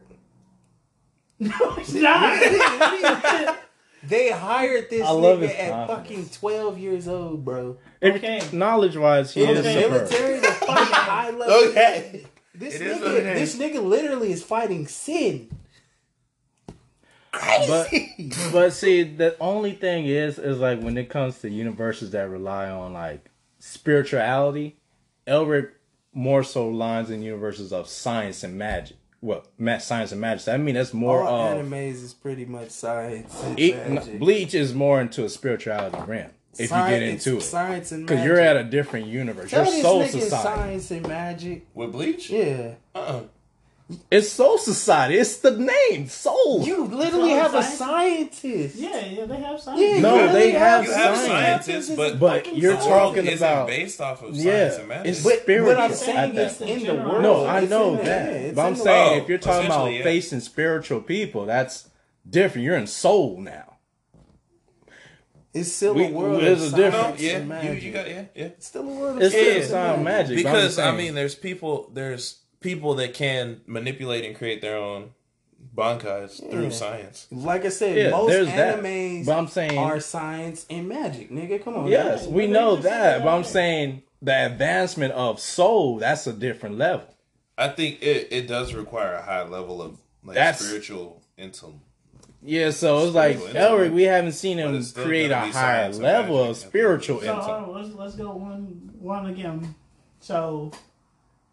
No, it's not. They hired this I love nigga his at fucking confidence. twelve years old, bro. Okay. Knowledge wise, he From is the Okay. superb. military to fucking high level. Okay. This It is nigga, what it this is. nigga literally is fighting sin. But but see, the only thing is, is like when it comes to universes that rely on like spirituality, Elric more so lines in universes of science and magic. Well, ma- science and magic. I mean, that's more All of animes is pretty much science. And um, it- magic. Bleach is more into a spirituality realm if you get Science- into it, science and because magic. you're at a different universe. Tell Your this soul nigga society. science and magic. With bleach? Yeah, Uh-uh. It's soul society. It's the name soul. you literally Tell have a science- scientist. yeah, yeah, they have science. Yeah, No, you literally they have You have Science. scientists, but but you're the world talking isn't about based off of science yeah. and magic. It's But spiritual. what I'm at saying that is point. point. in the No, world. No, I It's know in the- that. yeah, it's but in I'm the saying world. if you're talking about Oh, Essentially, yeah. facing spiritual people, that's different. You're in soul now. It's still We- a world there's of a difference. no, science yeah, and you, magic. you got yeah, yeah. It's still a world of It's Yeah. still science sound and magic. magic. but I'm Because just saying, I mean, there's people, there's people that can manipulate and create their own bankais Yeah. through science. Like I said, Yeah, most there's that. animes But I'm saying- are science and magic, nigga. Come on. yes, now. we But they know just said that. But that. I'm saying the advancement of soul, that's a different level. I think it, it does require a high level of like That's- spiritual intellect. Yeah, so it's like Spiritual Elric. intellect. We haven't seen him it's still create a gonna be higher science and level magic of at the spiritual So hold intellect. on, let's let's go one one again. So,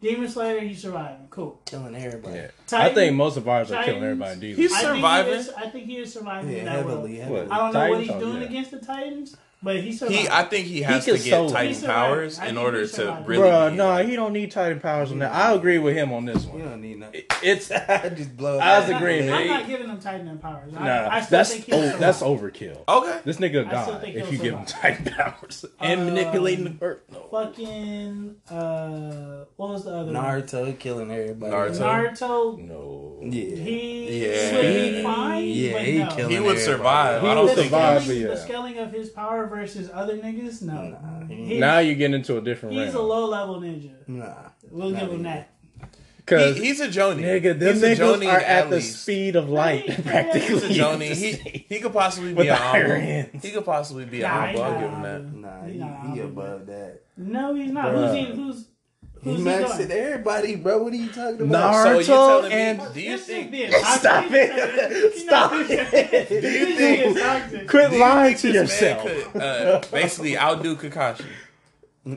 Demon Slayer, he's surviving. Cool. killing everybody. Yeah. I Titan- think most of ours are killing Titans. everybody. in D-League. He's- I Surviving? Think he is, I think he is surviving Yeah, that well. heavily, What? heavily. I don't know what he's Titans? oh, doing Yeah. against the Titans, but he's surviving. He, I think he has could to solo. get He's Titan surviving. powers I in think order he's to surviving. really. Bruh, be- no, he don't need Titan powers on that. I agree with him on this We one. don't need nothing. It's I just blow. I was I'm not- agreeing, I'm man. not giving him Titan and powers. I, I Nah, still that's think he's oh, surviving. that's overkill. Okay. This nigga will I still die think if he'll you give him survive. Titan powers and Um, manipulating the earth. No. fucking. Uh, what was the other one? Naruto killing everybody. Naruto. Naruto. No. Yeah. He Yeah. would be fine. Yeah, but he no. killed he killing would everybody. survive. He I don't would the think. survive. scaling, yeah. the scaling of his power versus other niggas, no. Nah, he- He's, Now you get into a different he's he's a low level ninja. Nah. We'll Not give him even. that. He, Because he's a Joni. nigga, them he's a niggas Jonin are at the least. speed of light He's a practically. He's a Joni. He he could possibly With be the a higher Ambo. ends. He could possibly be a Nah, Ambo. he's I'll not give him an that. Ambo. Nah, He's he, not an he Ambo. above that. No, he's not. Bruh. Who's in? Who's He Who's he maxed doing? it. Everybody, bro. What are you talking about? Nah. So you're Naruto telling me, and- do you This think is being toxic. Stop it. Stop it. Do you Quit do you lying think to this man yourself. could, uh, basically outdo Kakashi?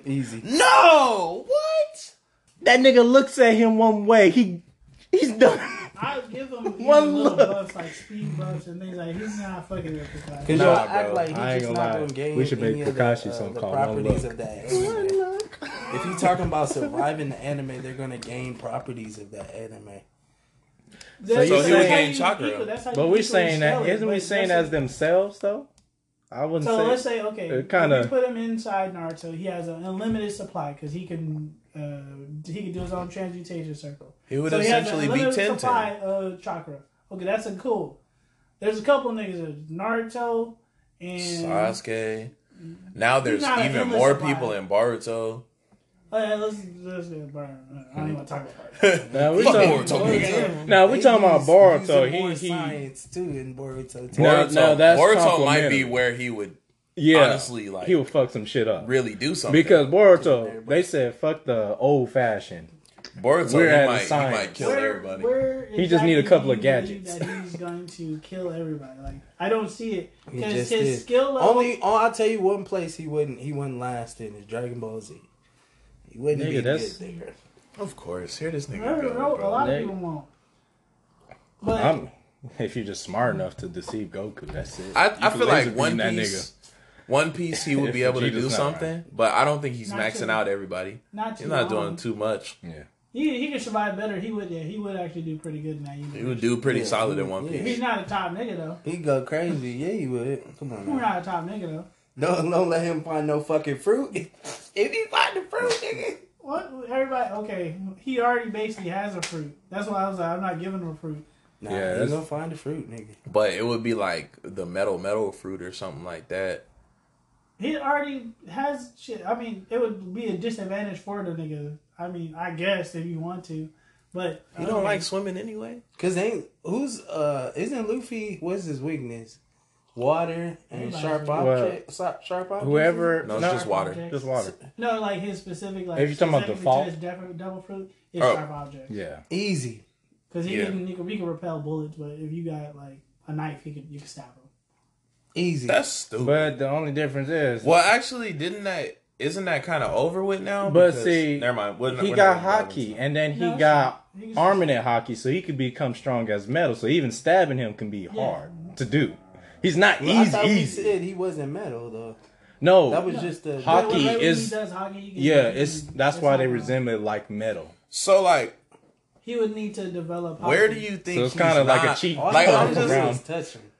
Easy. No, what? That nigga looks at him one way. He he's done. I give him even One little look. buffs like speed buffs and things like he's not fucking with the guy. Cause Nah, y'all act bro. like he's I ain't just gonna not lie. gonna gain We should make any of Kakashi the, uh, some the called One properties Look. of that. Anime. If you're talking about surviving the anime, they're gonna gain properties of that anime. That's- you're that's saying- how you chakra. equal- that's how you But we're equally saying sell that it, isn't but we that's saying a- as themselves though? I wouldn't So let's say. say okay, it if kinda- you put him inside Naruto. He has an unlimited supply because he can uh, he can do his own transmutation circle. He would So he has an essentially be unlimited supply Tenten. of chakra. Okay, that's a cool. There's a couple niggas, there's Naruto and Sasuke. Now there's not an even endless more supply. people in Baruto. Oh, yeah, let's, let's get Burn. I don't even want to talk about it. Now we're Fuck talking. Boruto. Now we're They talking about use- Boruto. using He more he. science too in Boruto. Too. Now- Boruto, now that's Boruto might complimentary. be where he would Yeah, honestly, like- he would fuck some shit up. really do something. Because Boruto, they said fuck the old fashioned. Boruto, we're at he a might, he science. might kill everybody. where He just need a exactly couple do of you believe gadgets. That he's going to kill everybody. Like I don't see it He because his just did. skill level. Only, oh, I'll tell you one place he wouldn't he wouldn't last in is Dragon Ball Z. He wouldn't Nigga, be that's- good there. Of course, here this I nigga don't know. A lot of Nigga. people won't. But I'm, if you're just smart enough to deceive Goku, that's it. I, You I can feel laser like beam One that Piece, One Piece, he would be If able to Vegeta's do not something, but I don't think he's Not maxing too- out everybody. not too He's not long. doing too much. nigga. Yeah. He he could survive better. He would. Yeah, he would actually do pretty good in that He universe. would do pretty Yeah, solid he in One would, Piece. He's not a top nigga though. He go crazy. Yeah, he would. Come on. We're Man. not a top nigga though. Don't don't let him find no fucking fruit. if he find the fruit, nigga. What everybody? Okay, he already basically has a fruit. That's why I was like, I'm not giving him a fruit. Nah, Yeah, he that's- gonna find the fruit, nigga. But it would be like the metal metal fruit or something like that. He already has shit. I mean, it would be a disadvantage for the nigga. I mean, I guess if you want to, but You don't like swimming anyway. Cause ain't who's uh isn't Luffy? What's his weakness? Water and Everybody's sharp weak. object. sharp sharp object. Whoever. No, it's just water. object. Just water. No, like his specific like. If you're talking about specifically default? to his devil, devil fruit is Oh. sharp object. Yeah. Easy. Because he Yeah. can he can he can repel bullets, but if you got like a knife, he could you can stab him. Easy. That's stupid. But the only difference is, well, actually, didn't that isn't that kind of over with now? But Because- see, never mind. We're not- he we're got not gonna dive hockey, into it. and then he No, got he was- armament hockey, so he could become strong as metal. So even stabbing him can be hard to do. He's not Well, I easy. thought we easy. said he wasn't metal though. no, That was just the Hockey But when he is- does hockey, he can- yeah. he can- It's that's E. it's why not they wrong. resemble it like metal. So like, He would need to develop. Hockey. where do you think? So it's he's kind of like a not- cheat. All Like he I'm was just around. was touching.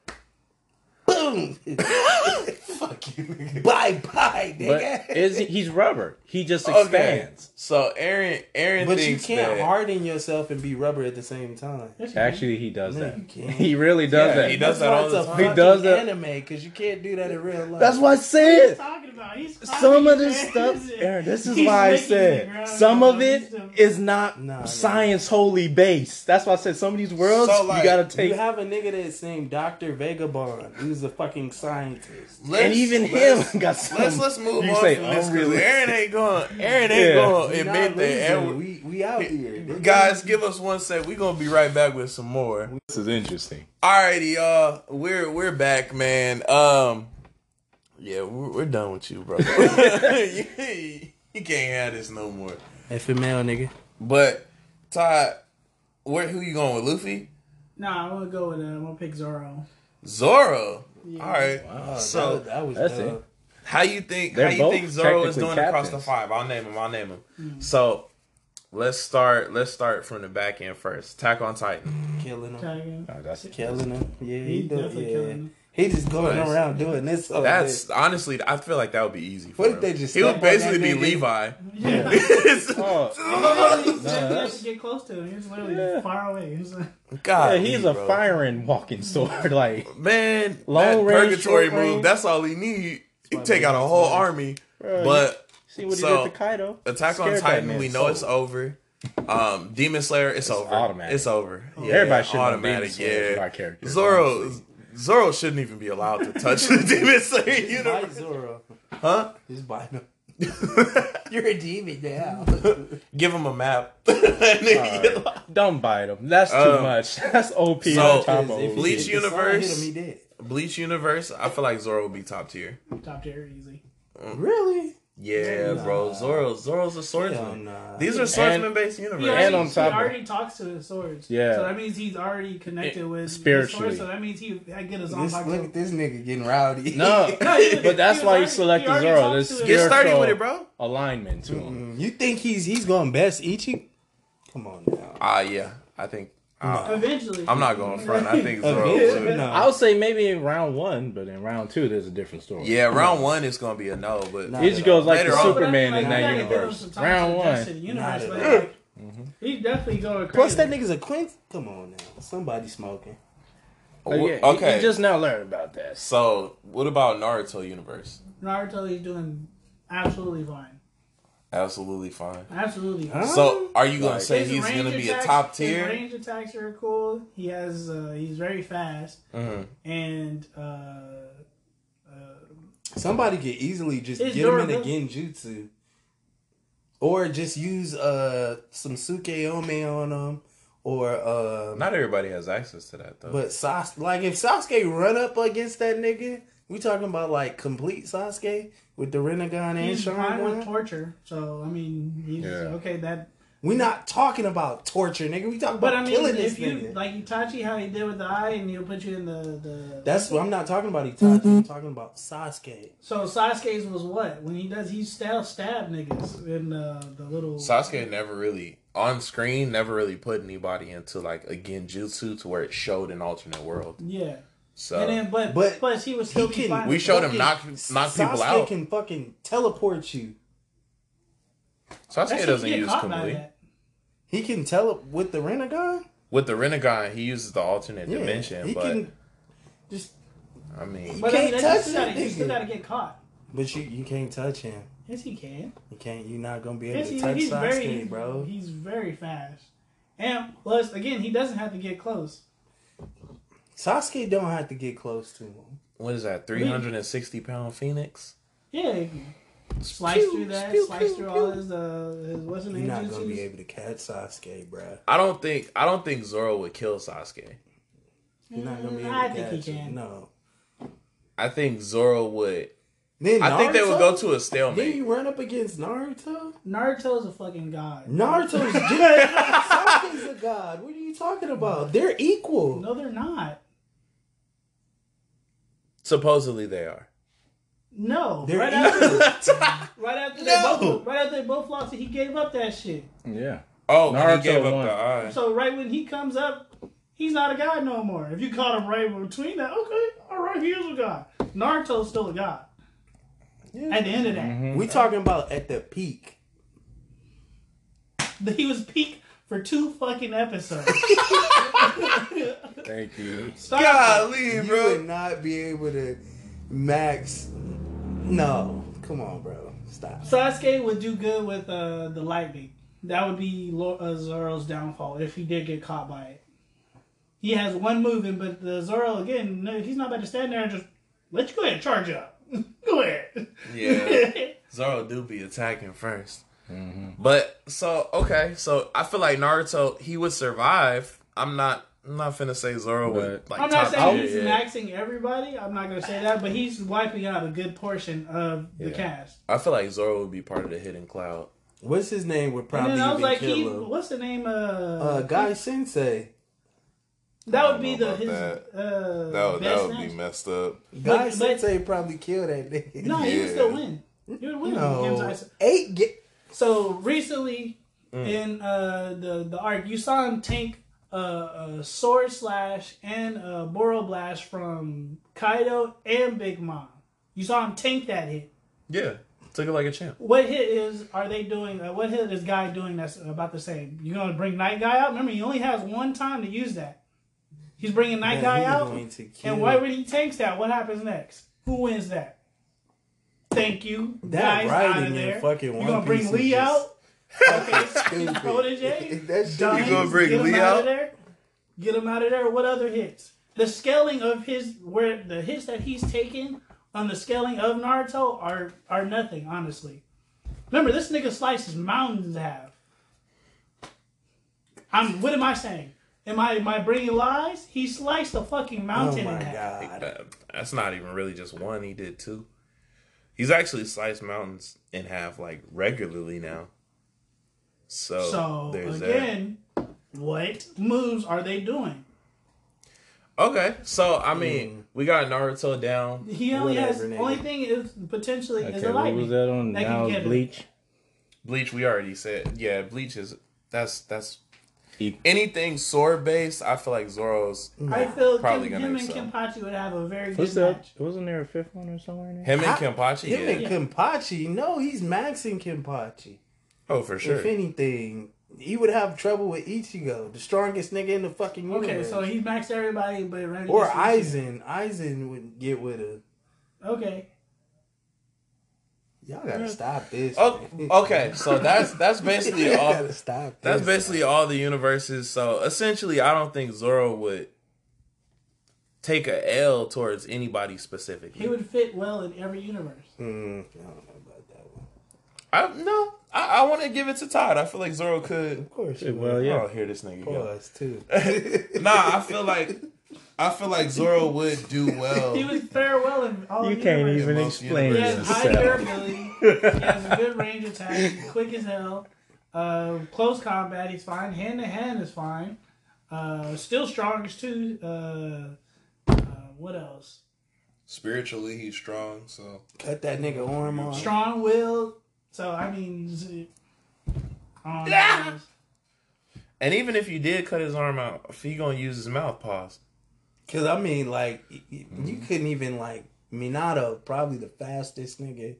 Boom! Fuck you. Bye bye, But nigga. is he's rubber? He just okay. expands. So Aaron, Aaron but you thinks can't that- harden yourself and be rubber at the same time. Yes, you can. Actually, he does No, that. you can't. He really does Yeah, that. he does. that all it's the a time. He fucking does that- anime because you can't do that in real life. That's why I What are you said. talking about? He's Some of climbing this his stuff, ass. Aaron. This is He's why I making the said ground some go. of it He's the- is not Nah, nah. science wholly based. That's why I said some of these worlds So, like, you gotta You take. have a nigga that's named Doctor Vagabond, who's a fucking scientist. Let's- and even him let's- got some. Let's let's move you on say from this. 'cause unrealistic. Aaron ain't going. Aaron ain't Yeah. going We to not admit that. losing. Aaron, we we out here, nigga. guys, give us one sec. We gonna be right back with some more. This is interesting. Alrighty, y'all. We're we're back, man. Um, yeah, we're, we're done with you, bro. you, you can't have this no more. FML, nigga. But Todd, where who you going with? Luffy, Nah, I'm gonna go with. Uh, I'm gonna pick Zoro. Zoro. All right. So So that was That's dope. it. how you think They're how you both think Zoro is technically doing across the captains. five? I'll name him. I'll name him. Hmm. So let's start. Let's start from the back end first. Attack on Titan. killing him, Tiger. Oh, that's killing him. Yeah, he, He do- definitely yeah. killing him. He just going Nice. around doing this. all That's day. honestly, I feel like that would be easy. For Oh, What if him. they just he would step on that basically be nigga? Levi. Yeah. Oh, he didn't have that's- to get close to him. He was literally Yeah. far away. He was like, God, yeah, he's a bro. firing walking sword. Like, man. Long that range, purgatory short move. range. That's all he need. He take out a whole army. Bro, but see what So, he did to Kaido. Attack on Scared that Titan, man we know so it's over. Um, Demon Slayer, it's, over. automatic. It's over. Yeah, Everybody should automatic. know Demon Slayer is my yeah, character, Zoro. Zoro shouldn't even be allowed to touch the Demon Slayer He's by universe. Zoro. Huh? He's by him. You're a demon now. Give him a map. And then you- Don't bite him. That's too Um, much. That's OP so- on top of If OP. he- Bleach Universe. Hit him, he did. Bleach Universe, I feel like Zoro would be top tier. Top tier easy. Really? Yeah, bro. Zoro. Zoro's a swordsman. nah. These are swordsman based universe. He already, And on top he of- already talks to his swords. Yeah. So that means he's already Eh, connected with his spiritually. swords, so that means he I get his own This, back look to- at this nigga getting rowdy. No, he- but that's he why you already- selected he already Zoro. talked This to it. Get started spiritual with it, bro. Mm-hmm. alignment to him. You think he's he's going best Ichi? Come on now. Ah, yeah. I think. ah, Eventually. I'm not going front. I think Zoro. Eventually, would- no. I would say maybe in round one, but in round two, there's a different story. Yeah, round one is gonna be a no, but Nah. Ichigo's goes like Later the on. But I mean, Superman like, in you that gotta give him universe. some time to Round adjust to the one. Mm-hmm. Not universe, but, at all. like, He's definitely going crazy. Plus, that nigga's a Quint. Come on now. Somebody smoking. Oh, yeah, okay. he- He just now learned about that. so what about Naruto universe? Naruto is doing absolutely fine. Absolutely fine. Absolutely. Fine. Huh? So are you gonna Like- say His he's range gonna be a attacks- top His tier? range attacks are cool. He has uh, he's very fast Mhm. and uh, uh, Somebody could easily just It's get him in a durability. genjutsu. Or just use uh some Sukeome on him. Or uh Not everybody has access to that though. but Sas like if Sasuke run up against that nigga, we talking about like complete Sasuke with the Renegon and he's fine with Sharingan. torture. So I mean, he's Yeah. okay. That, We not talking about torture, nigga. We talking about but I mean, killing this if you nigga. like Itachi, how he did with the eye, and he'll put you in the the. That's what I'm not talking about Itachi. I'm talking about Sasuke. so Sasuke's was what when he does he still stab niggas in uh, the little Sasuke never really on screen never really put anybody into like a genjutsu to where it showed an alternate world. yeah. and So then but, but plus he was still he be can- fine. Uh, we showed him fucking knock knock people Sasuke out. can fucking teleport you. Sasuke Actually, doesn't he get use caught by Kumui. that. He can tele with the Renegon. With the Renegon, he uses the alternate Yeah, dimension, he but can just. I mean, But I mean, can't that's- you touch still gotta- that You still nigga. gotta get caught. But you you can't touch him. Yes, he can. You can't. You're not gonna be able Yes, to he, touch he's Sasuke, very, he's- bro. He's very fast. And plus, again, he doesn't have to get close. Sasuke don't have to get close to him. what is that? Three hundred and sixty pound phoenix. Yeah, he can slice through that, slice through all his uh, his what's his You're name? not gonna be jutsus? able to catch Sasuke, bro. I don't think I don't think Zoro would kill Sasuke. You're not gonna be Mm, able to I catch think he him. can. No. I think Zoro would. Then I think they would go Naruto? to a Then stalemate. you run up against Naruto. Naruto's a fucking god. Naruto's just Sasuke's a god. What are you talking about? They're equal. No, they're not. Supposedly they are. No, They're right equal. after, right No. after they both, right after they both lost, it, he gave up that shit. Yeah. Oh, Naruto he gave up won. the eye. So right when he comes up, he's not a god no more. If you caught him right between that, okay, all right, he is a god. Naruto's still a god. At the end of that, We talking about at the peak. he was peak for two fucking episodes. Thank you. Stop it. Golly, you bro. would not be able to max. No, come on, bro. Stop. Sasuke would do good with uh, the lightning. That would be Lo- uh, Zoro's downfall if he did get caught by it. He has one moving, but the Zoro again, no, he's not about to stand there and just let you go ahead and charge up. go ahead. Yeah. Mm-hmm. Zoro do be attacking 1st But so okay, so I feel like Naruto he would survive. I'm not. I'm not finna say Zoro would like I'm top not saying tier, he's yeah. maxing everybody. I'm not gonna say that, but he's wiping out a good portion of the Yeah. cast. I feel like Zoro would be part of the hidden cloud. What's his name would And probably then I was even like, kill he, him. what's the name? Uh, Uh, Guy Sensei. that would don't be know the about his that. uh, Oh, best match. messed up. Guy but- Sensei probably kill that nigga. No, he would Yeah. still win. He would win. against no. Isaac. Eight. Ga- So recently Mm. in uh, the the arc, you saw him tank uh, a sword slash and a Boro blast from Kaido and Big Mom. You saw him tank that hit. Yeah, took it like a champ. What hit is are they doing? Uh, what hit is guy doing? That's about the same. You gonna bring Night Guy out? Remember, he only has one time to use that. He's bringing Night Man, Guy he's out, going to kill. and why when he tanks that, what happens next? Who wins that? Thank you. That Guy's writing out of in there. fucking you One gonna Piece bring is Lee just out? Okay, you stupid. Protege. That shit- Dimes, You gonna bring get him Lee out out? of there? Get him out of there. What other hits? The scaling of his where the hits that he's taken on the scaling of Naruto are are nothing, honestly. Remember, this nigga slices mountains in half. I'm. What am I saying? Am I am I bringing lies? He sliced a fucking Oh mountain in my half. god. Uh, that's not even really just one. He did two. He's actually sliced mountains in half like regularly now. So, So Oh, there's again, what moves are they doing? that. Okay, so I mean, we got Naruto down. He only has Whatever, nigga. only thing is potentially is Okay, the what was lightning. that on? They can Now get it. Bleach. Bleach, we already said. Yeah, Bleach is that's that's E- anything sword based. I feel like Zoro's I feel Probably Kim, gonna him and excel. Kenpachi would have a very What's good that? match. Wasn't there a fifth one or somewhere in there? him and I- Kenpachi. Him Yeah. and Kimpachi, no, he's maxing Kimpachi. oh, for sure. If anything, he would have trouble with Ichigo, the strongest nigga in the fucking universe. Okay, so he maxed everybody but Randy or Orton. Aizen. Aizen would get with a. Okay, Y'all gotta stop this. Oh, man. okay, so that's that's basically Y'all all. gotta stop. That's this. basically all the universes. So essentially, I don't think Zoro would take a L towards anybody specifically. he would fit well in every universe. Mm, I don't know about that one. I, no, I, I want to give it to Todd. I feel like Zoro could. Of course, you Well, would. yeah. Oh, here this nigga go. Pause too. Nah, I feel like I feel like Zoro would do well. He would fare well in all. You universes. can't even most explain He has high yourself. durability. he has a good range attack. He's quick as hell. Uh, close combat, he's fine. Hand to hand is fine. Uh, still strong as two. Uh, uh, what else? Spiritually, he's strong. So Cut that nigga arm off. Strong willed. So I mean, z- I don't know. and even if you did cut his arm out, if he gonna use his mouth, pause. Cause I mean, like, y- y- Mm-hmm. you couldn't even like Minato, probably the fastest nigga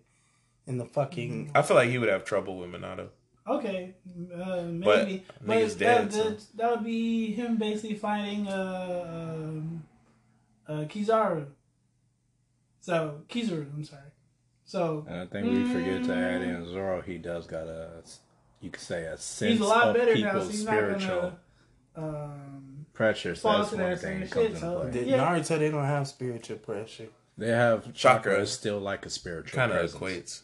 in the fucking. I feel like he would have trouble with Minato. Okay, uh, maybe. But, nigga's dead, that, that, that would be him basically fighting uh, um, uh, Kizaru. So Kizaru, I'm sorry. So And I think we forget to add in Zoro. He does got a, you could say a sense Mm. he's a lot of better now, people's so he's spiritual not gonna. Um, pressure. So fall that's into that one thing same that comes shit, into so- play. The Yeah. Naruto, they don't have spiritual pressure. They have Chakra. chakra is still like a spiritual Kind of presence. equates.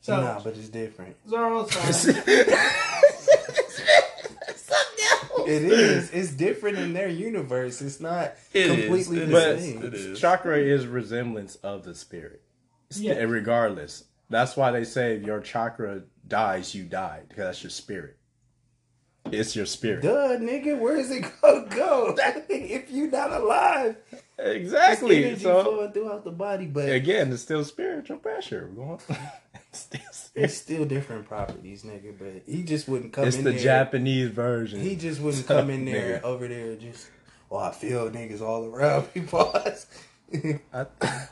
so nah, but it's different. Zoro's fine. It is. It's different in their universe. It's not It is, completely it the is, same. it is. Chakra is resemblance of the spirit, It's- Yes. regardless. That's why they say if your chakra dies, you died because that's your spirit. It's your spirit. Duh, nigga, where is it gonna go? if you're not alive, it's Exactly. energy So flowing throughout the body, but again, it's still spiritual pressure. We're going- it's still it's spiritual. still different properties, nigga. But he just wouldn't come It's in the there. Japanese version. He just wouldn't come in there Nigga. over there just. Oh, I feel niggas all around. He paused. I,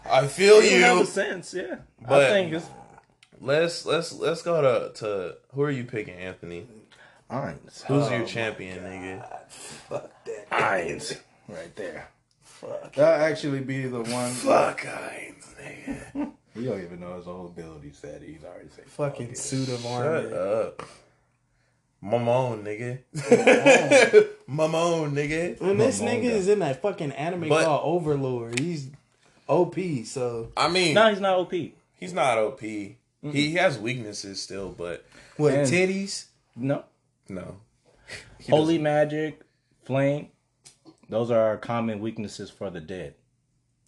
I feel you have you. a sense, yeah. But- I think it's Let's let's let's go to to who are you picking, Anthony? Ainz. Who's your champion, nigga? Fuck that. Ainz. Right there. Fuck. That'll actually be the one. Fuck Ainz, nigga. He don't even know his whole ability set. He's already saying. Fucking suit of Shut armor. up. Mamon, nigga. Mamon, nigga. And this nigga Momonga. is in that fucking anime But- called Overlord. He's OP, so I mean, No, he's not OP. he's not OP. He he has weaknesses still, but what And- titties? No. no. He Holy magic, flame, those are common weaknesses for the dead.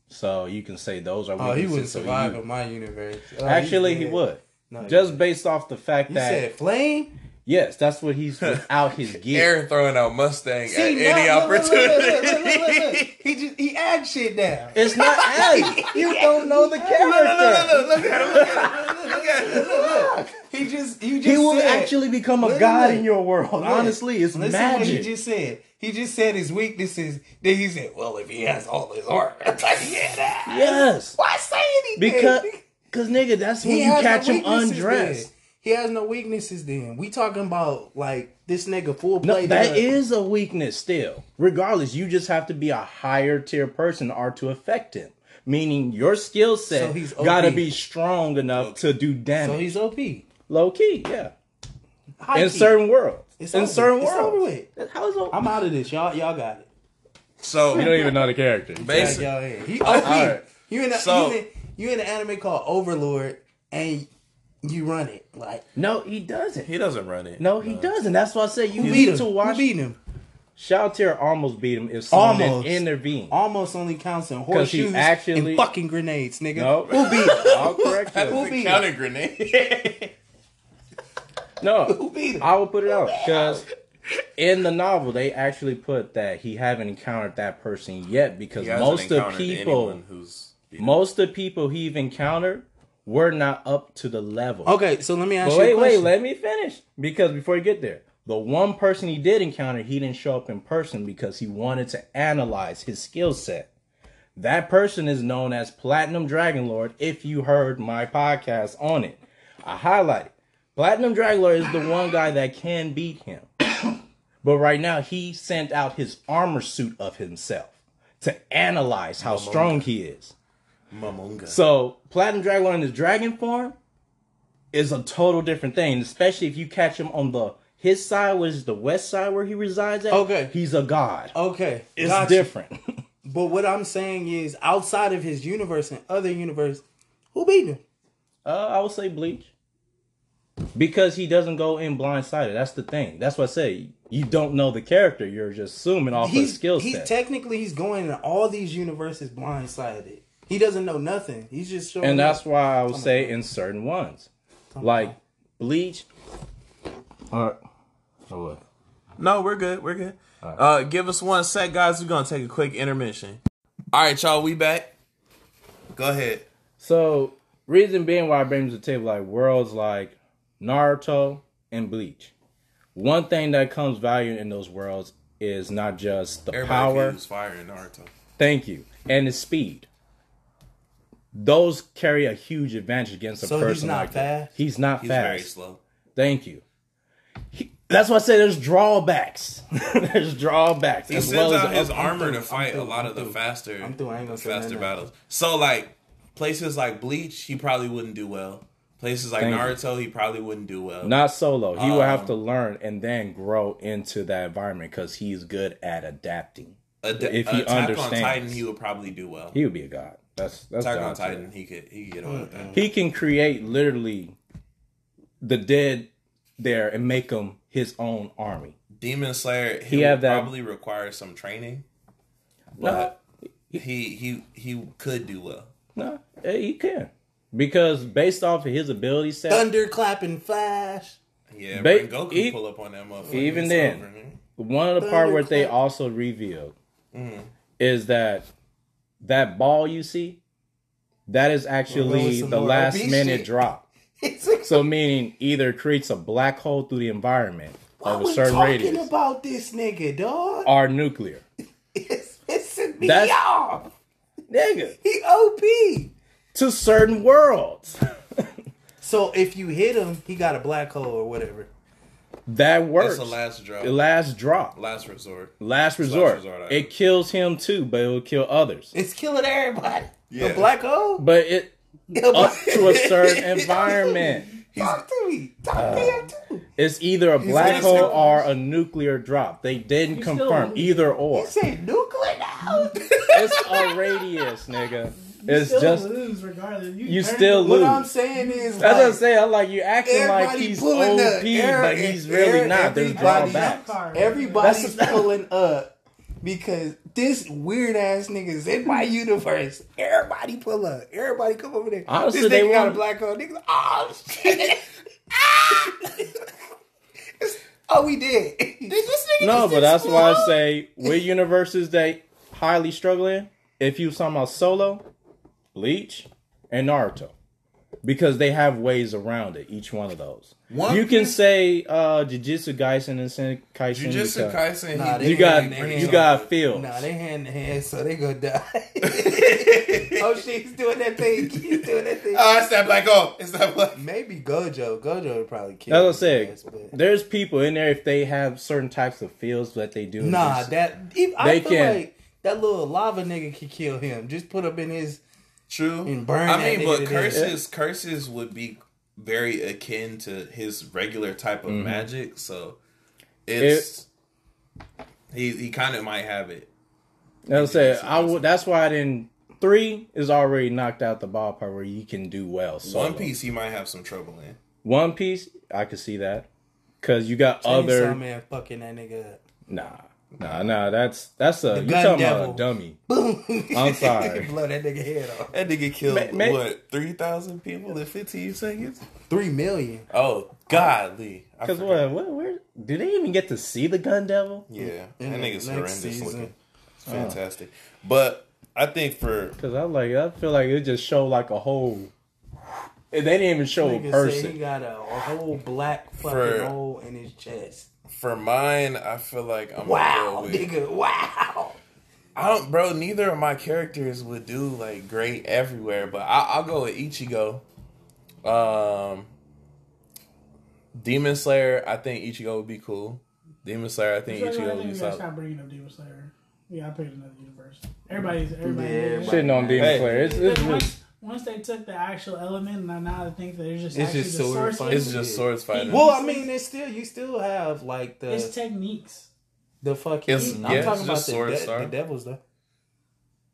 So you can say those are Oh, weaknesses. he wouldn't of survive you. in my universe. Oh, he's Actually, he dead. would. No, Just based off the fact you that said flame. yes, that's what he's without his doesn't- gear. Aaron throwing out Mustang at See, any no, look, look, opportunity. look, look, look, look, look, look. He just he add shit down. It's not as you don't know the character. Look, look at him, look at him, look at him. He just you just He will said- actually become a Look, god look. in your world. Look, Honestly, it's listen What he magic. just said. He just said his weaknesses. Then he said, "Well, if he has all his heart, it's like, yeah, yes, why say anything?" because because nigga, that's when he you has catch no him weaknesses undressed. then. He has no weaknesses. Then we talking about like this nigga full No, play. that done. is a weakness still. Regardless, you just have to be a higher tier person or to affect him. Meaning your skill So set he's OP. gotta be strong enough to do so damage. he's OP. Low key, yeah. High In key. certain worlds. It's In over. certain It's over worlds. with. How is it- I'm out of this. Y'all, y'all got it. You So don't even know the character. Yeah, basically, y'all in. He OP. Alright. You in a, So- you in you in an anime called Overlord, and You run it like No, he doesn't. He doesn't run it. no, he doesn't. That's why I say you who need beat him? to watch. Who beat him? Shaltier almost beat him if someone didn't Almost. intervene. Almost only counts in 'Cause he horseshoes actually- and fucking grenades, nigga. No, Who beat him? I'll correct That you. is Who beat a counter grenade. No, Who beat him? I will put it out because in the novel they actually put that he haven't encountered that person yet because He hasn't most of encountered people, anyone who's most of people he've encountered were not up to the level. Okay, so let me ask But you a wait, wait, question. let me finish because before you get there, the one person he did encounter, he didn't show up in person because he wanted to analyze his skill set. That person is known as Platinum Dragon Lord. If you heard my podcast on it, I highlighted Platinum Dragon Lord is the one guy that can beat him. But right now, he sent out his armor suit of himself to analyze how strong he is. Mamunga. So Platinum Dragon in his dragon form is a total different thing, especially if you catch him on the his side, which is the west side where he resides at. Okay. He's a god. Okay, it's gotcha. different. But what I'm saying is, outside of his universe and other universe, who beat him? uh, I would say Bleach. Because he doesn't go in blindsided. That's the thing. That's what I say. You don't know the character. You're just assuming off his He's skill he's set. technically he's going in all these universes blindsided. He doesn't know nothing. He's just showing. and that's up. why I would say in certain ones, like Bleach. Or, or what? No, we're good. We're good. Uh, give us one sec, guys. We're gonna take a quick intermission. All right, y'all. We back. Go ahead. So reason being why I bring to the table like worlds like Naruto and Bleach. One thing that comes value in those worlds is not just the Everybody power. can use fire in Naruto. Thank you. And the speed. Those carry a huge advantage against a So he's person not like that. fast? He's not He's fast. very slow. Thank you. He- that's why I say there's drawbacks. there's drawbacks He as sends well as out the his up- armor through, to I'm fight a through, lot I'm of the through. faster, I'm through, I ain't gonna say faster nothing. battles. So like places like Bleach, he probably wouldn't do well. Places like Thank you. Naruto, he probably wouldn't do well. Not solo. He will have Um, to learn and then grow into that environment because he's good at adapting. Ad- if he Attack on understands. Titan, he would probably do well. He would be a god. That's that's Attack on God's Titan, title. he could he could get on with that. He can create literally the dead there and make them his own army. Demon Slayer, he, He would have that- probably requires some training, No, but he he he could do well. no, eh, he can because based off of his ability set, thunder clapping flash. Yeah, Ba- bring Goku e- pull up on that motherfucker. even It's then. over, man. one of the part where they Thunderclap. Mm-hmm. also revealed is that that ball you see that is actually some the more last RP minute shit. drop. It's like, So meaning either creates a black hole through the environment why of we a certain talking radius about this nigga, dog? or nuclear. It's pissing me That's- off. Nigga. He OP. To certain worlds. So if you hit him, he got a black hole or whatever. That It's works. the last drop, The last drop. last resort. Last resort. resort, I it heard. kills him too, but it will kill others. It's killing everybody. Yeah. A black hole. But it A up black- to a certain environment. Uh, Talk to me. Talk to him too. It's either a gonna black hole still- or a nuclear drop. They didn't still- confirm either or. You say nuclear now? It's a radius, nigga. It's still just lose regardless. you turn- still What I'm lose. saying is, That's what I'm like, saying. I'm like you acting like everybody he's pulling OP, up. but Every- he's really every- not. There's everybody- drawbacks. Card. Everybody's That's- pulling up because this weird ass nigga is in my universe. Everybody pull up. Everybody come over there. Honestly, this they nigga got a want- black hole. Niggas, oh shit. Ah! oh, we did. Did this nigga No, but that's why I say with universes they highly struggle in. If you was talking about Solo, Bleach, and Naruto, because they have ways around it. Each one of those. One you can Piece- say uh, Jujutsu Kaisen and Senkaisen. Jujutsu because- Kaisen, Nah, he- they You got ain't- pretty you solid. got feel. Nah, they hand to hand, so they gonna die. oh shit, he's doing that thing. He's doing that thing. Uh, Oh, it's that black hole. It's that black. Maybe Gojo. Gojo would probably kill. That's what I his said. ass, but- There's people in there if they have certain types of feels that they do. Nah, Just- that even, I They feel can- like that little lava nigga could kill him. Just put up in his. True. And burn I that mean, nigga but to death. curses curses would be very akin to his regular type of magic, so it's he he kind of might have it. that's what I said. I would. That's why I didn't three is already knocked out the ballpark where you can do well. So One Piece, he might have some trouble in. One Piece, I could see that because you got Other other "Oh, man fucking that nigga. up. nah. Nah, nah, that's that's a you gun talking devil. about a dummy. Boom. I'm sorry. Blow that nigga head off. That nigga killed Ma- ma- what three thousand people in fifteen seconds. Three million. Oh, godly! I Because forgot. what, what, where do they even get to see the gun devil? Yeah, In that the nigga's next horrendous season. Oh. looking. It's fantastic, but I think for Because I'm like, I feel like it just showed like a whole. They didn't even show a Nigga said he person. got a, a whole black fucking For- hole in his chest. for mine, I feel like I'm Wow, gonna go with, nigga, wow. I don't, bro. Neither of my characters would do like great everywhere, but I, I'll go with Ichigo. Um, Demon Slayer, I think Ichigo would be cool. Demon Slayer, I think Sorry, I Ichigo think would be we gotta solid. stop bringing up Demon Slayer. Yeah, I picked another universe. Everybody's everybody. Yeah, everybody. Shitting on Demon Hey. Slayer. It's, it's But really- once, once they took the actual element, and I now think that it's just It's actually just the so source. refined. It's just swords fighting. Well, I mean, it's still you still have like the It's techniques. the fucking. It's- I'm yeah, it's talking about just the, sword de- star. the devils though.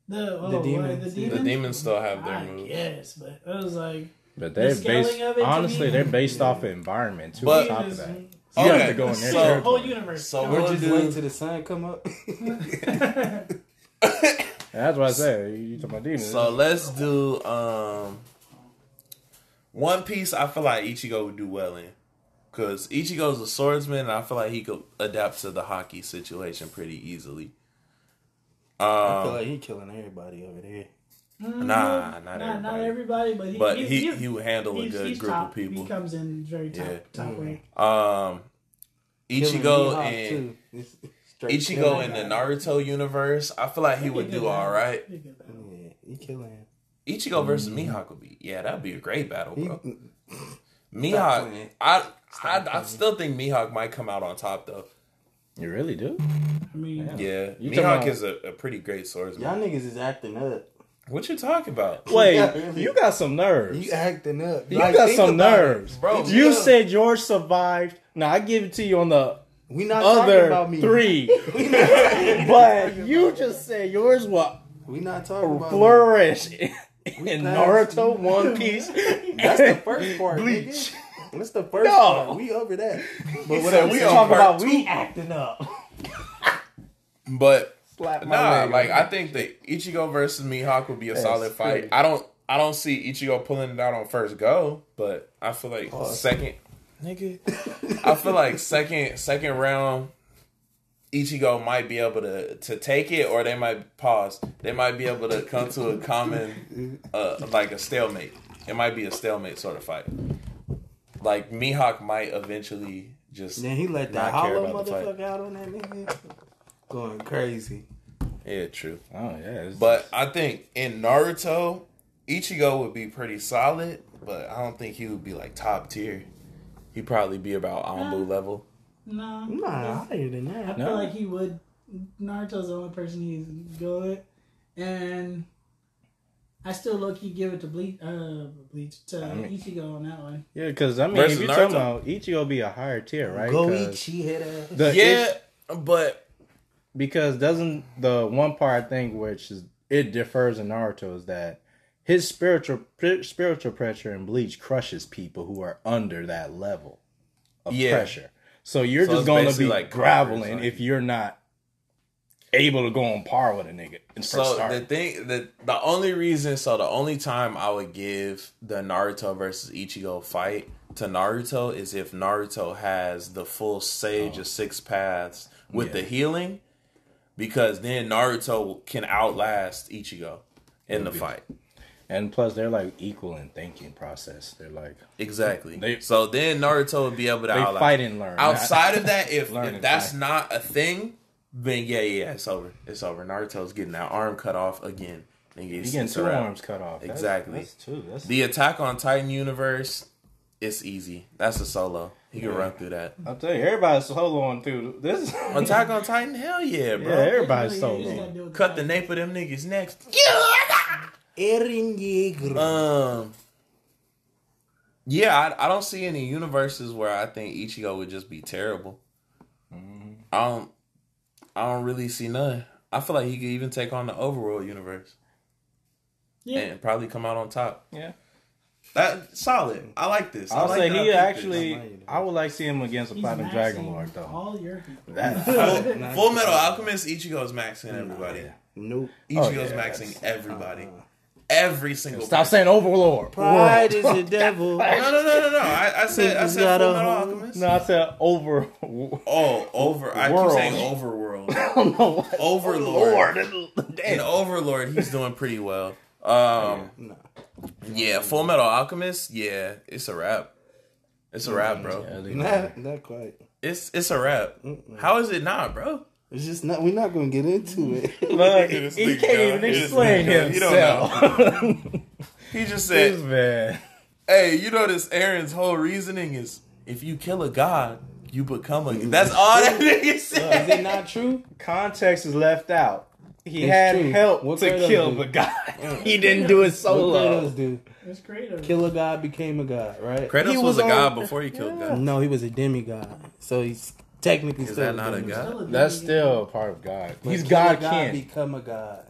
The, oh, The what, demons. the The demons. demons still have their I moves. Yes, but it was like but they're scaling based. of it to Honestly, me- they're based off of environment too. But- on top of It's that, you Okay, have to go in there. so- the oh, whole universe. so Come we're on. Or just dude. wait till the sun come up. That's what I said. You, you talking about demons? So let's do um One Piece. I feel like Ichigo would do well in because Ichigo's a swordsman, and I feel like he could adapt to the hockey situation pretty easily. I feel Um, like he killing everybody over there. nah, not Not, Mm-hmm. not everybody, everybody, but he, but he, he he's- he would handle a he's- good he's group top. of people. He comes in very top, Yeah. Mm-hmm. top rank. Um, Killing Ichigo Mihawk, and too. It's straight Ichigo killing. in the Naruto universe. I feel like he would do all right. He could do that. Yeah, he killing. him. Ichigo versus Mihawk would be yeah, that'd be a great battle, bro. Stop Mihawk, playing. I, I I still think Mihawk might come out on top though. you really do? I mean, Yeah, You talking Mihawk about- is a, a pretty great swordsman. Y'all niggas is acting up. What you talking about, Wait, Yeah, really. you got some nerves. You acting up. You got some nerves, Bro, You yeah. said George survived. Now I give it to you on the We not talking other about me. three, but you just said yours will We not talking about me. flourish in in passed. Naruto, One Piece. That's the first part. Bleach. Bleach. That's the first No. part. We over that. But said I'm we saying- on Talk part about two. we acting up. But Slap my nah, leg. like I think that Ichigo versus Mihawk would be a solid fight. I don't, I don't see Ichigo pulling it out on first go, but I feel like second, nigga, I feel like second, second round, Ichigo might be able to to take it, or they might pause. They might be able to come to a common, uh, like a stalemate. It might be a stalemate sort of fight. Like Mihawk might eventually just Then he let that Not care hollow about the fight. motherfucker out on that nigga. Going crazy. yeah, true. Oh yeah, but But I think in Naruto, Ichigo would be pretty solid, but I don't think he would be like top tier. He'd probably be about Anbu level. no, Nah, higher than I that. feel No. like he would. Naruto's the only person he's good, and I still low key give it to Bleach. Uh, Bleach to Ichigo on that one. yeah, because I mean, Versus if you're talking Naruto. about Ichigo, be a higher tier, right? Go 'Cause eat uh, she head ass. the Yeah, but because doesn't the one part I think which is it differs in Naruto is that his spiritual pr- spiritual pressure in Bleach crushes people who are under that level of Yeah. pressure. So you're So just it's going to basically be like like covers, groveling like- if you're not able to go on par with a nigga. In first so start. the thing the the only reason so the only time I would give the Naruto versus Ichigo fight to Naruto is if Naruto has the full sage of six paths with the healing because then Naruto can outlast Ichigo in the fight. and plus, they're like equal in thinking process. They're like Exactly. They- so then Naruto would be able to they outline. fight and learn. Outside of that, if, Learn if and that's fight. not a thing, then yeah, yeah, it's over. It's over. Naruto's getting that arm cut off again. Nigga, you it's- getting it's a two wrap. arms cut off. That's- Exactly. That's, two. That's The Attack on Titan universe, it's easy. That's a solo. He can run through that. I'll tell you, everybody's soloing through this. Attack on Titan, hell yeah, yeah, bro. everybody's Yeah, you just gotta soloing. deal with Cut the fact. nape of them niggas next. Erin Yeager. Um. Yeah, I, I don't see any universes where I think Ichigo would just be terrible. Mm-hmm. I don't. I don't really see none. I feel like he could even take on the overworld universe. Yeah. and probably come out on top. Yeah. That solid. I like this. I I'll like say that I he picked this. actually. might- I would like to see him against a He's Oh. Platinum maxing Dragon Lord though. All your people. Full, Full Metal Alchemist Ichigo's maxing everybody. Nope. Ichigo's Oh, yeah, uh, maxing everybody. Every single. Stop person. saying Overlord. Pride is the devil. No, no, no, no, no. I, I said, I He's said got Full a Metal whole- Alchemist. No, I said over. I Oh, over. I keep World. saying overworld. don't know what. Overlord. And Damn. Overlord, he's doing pretty well. Um, No. yeah, Full Metal Alchemist. Yeah, it's a wrap. It's a wrap, bro. Not, not quite. It's it's a wrap. How is it not, bro? It's just not. We're not gonna get into it. Look, Look at this he big can't even guy. explain This big guy. himself. He just This said, man. "Hey, you know this Aaron's whole reasoning is if you kill a god, you become a." That's all that nigga Is said. it not true? Context is left out. He It's had true. help What to Kratos kill do? the guy. he didn't do it What solo. Kratos do? It's creative. Kill a god, became a god, right? Kratos He was, a god on- before he killed God. No, he was a demigod, so he's technically Is still that not a demigod. god? That's still a part of God. But He's kill God a kin. become a god.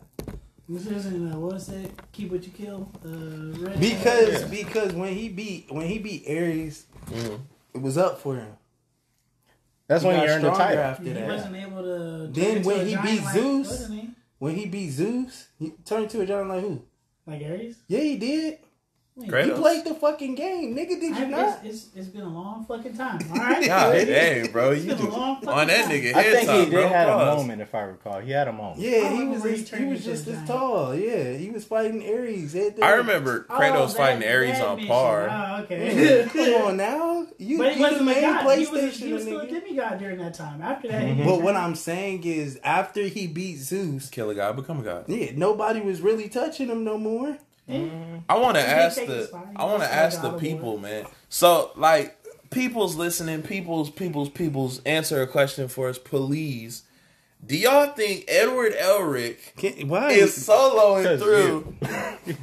This isn't uh, what's that? Keep what you kill. Uh, red Because because when he beat when he beat Ares, Mm-hmm. it was up for him. That's when he got earned the stronger title. he After that, wasn't able to. turn Then into when a he giant beat like, Zeus- wasn't he? when he beat Zeus, he turned into a giant like who? like Ares. Yeah, he did. Wait, Kratos? He played the fucking game, nigga. Did I- you not? it's, it's, it's been a long fucking time. All right. God, hey, bro, you been a just long fucking on that time. nigga head I think top, he bro. did had a Pause. moment, if I recall. He had a moment. Yeah, he Oh, was where he this, he turned was into a just this giant. tall. Yeah, he was fighting Ares. at the- I remember Kratos Oh, that- fighting Ares that on mission. par. Oh, okay. Yeah, Come on now, you But but he wasn't a main god. He was, a- PlayStation. he was still a nigga. demigod during that time. After that, he But what I'm saying is, after he beat Zeus, Kill a god, become a god. yeah, nobody was really touching him no more. I want to He ask take his the fine. I want He's to a ask the god people, man. So like people's listening, people's people's people's answer a question for us, please. Do y'all think Edward Elric Can, why? is soloing 'Cause through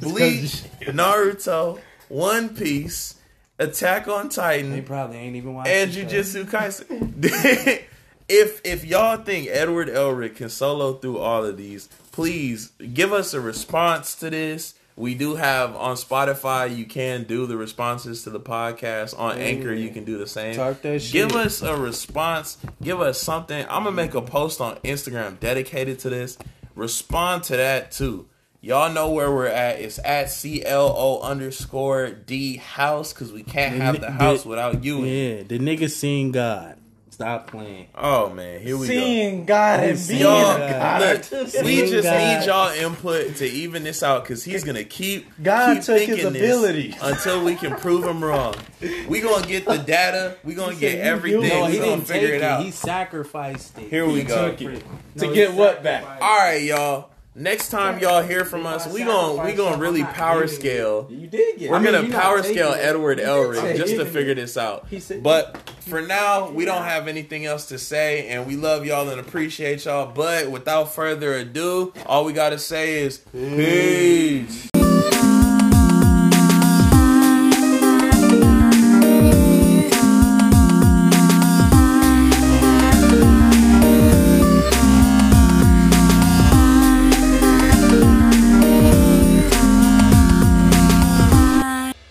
Bleach, Naruto, One Piece, Attack on they Titan, probably ain't even watching. and Jujutsu Kaisen. if if y'all think Edward Elric can solo through all of these, please give us a response to this. We do have on Spotify. You can do the responses to the podcast on Anchor. You can do the same. Talk that shit. Give us a response. Give us something. I'm gonna make a post on Instagram dedicated to this. Respond to that too. Y'all know where we're at. It's at CLO underscore D house because we can't have the house without you. in it. Yeah, the nigga seen God. Stop playing. Oh man, here we Seeing God and being Seeing Y'all, God. look, we Seeing just God. need y'all input to even this out because he's gonna keep God keep took his thinking this ability. until we can prove him wrong. We gonna get the data. We gonna get everything. No, we he gonna figure it, out. He sacrificed it. Here we go. took it. To get what back? All right, y'all. Next time y'all hear from us, we gonna we gonna really power scale. You did get We're it. mean, gonna you're not power taking scale it. Edward Elric say just to giving figure this out. He said- But for now, we don't have anything else to say, and we love y'all and appreciate y'all. But without further ado, all we gotta say is peace.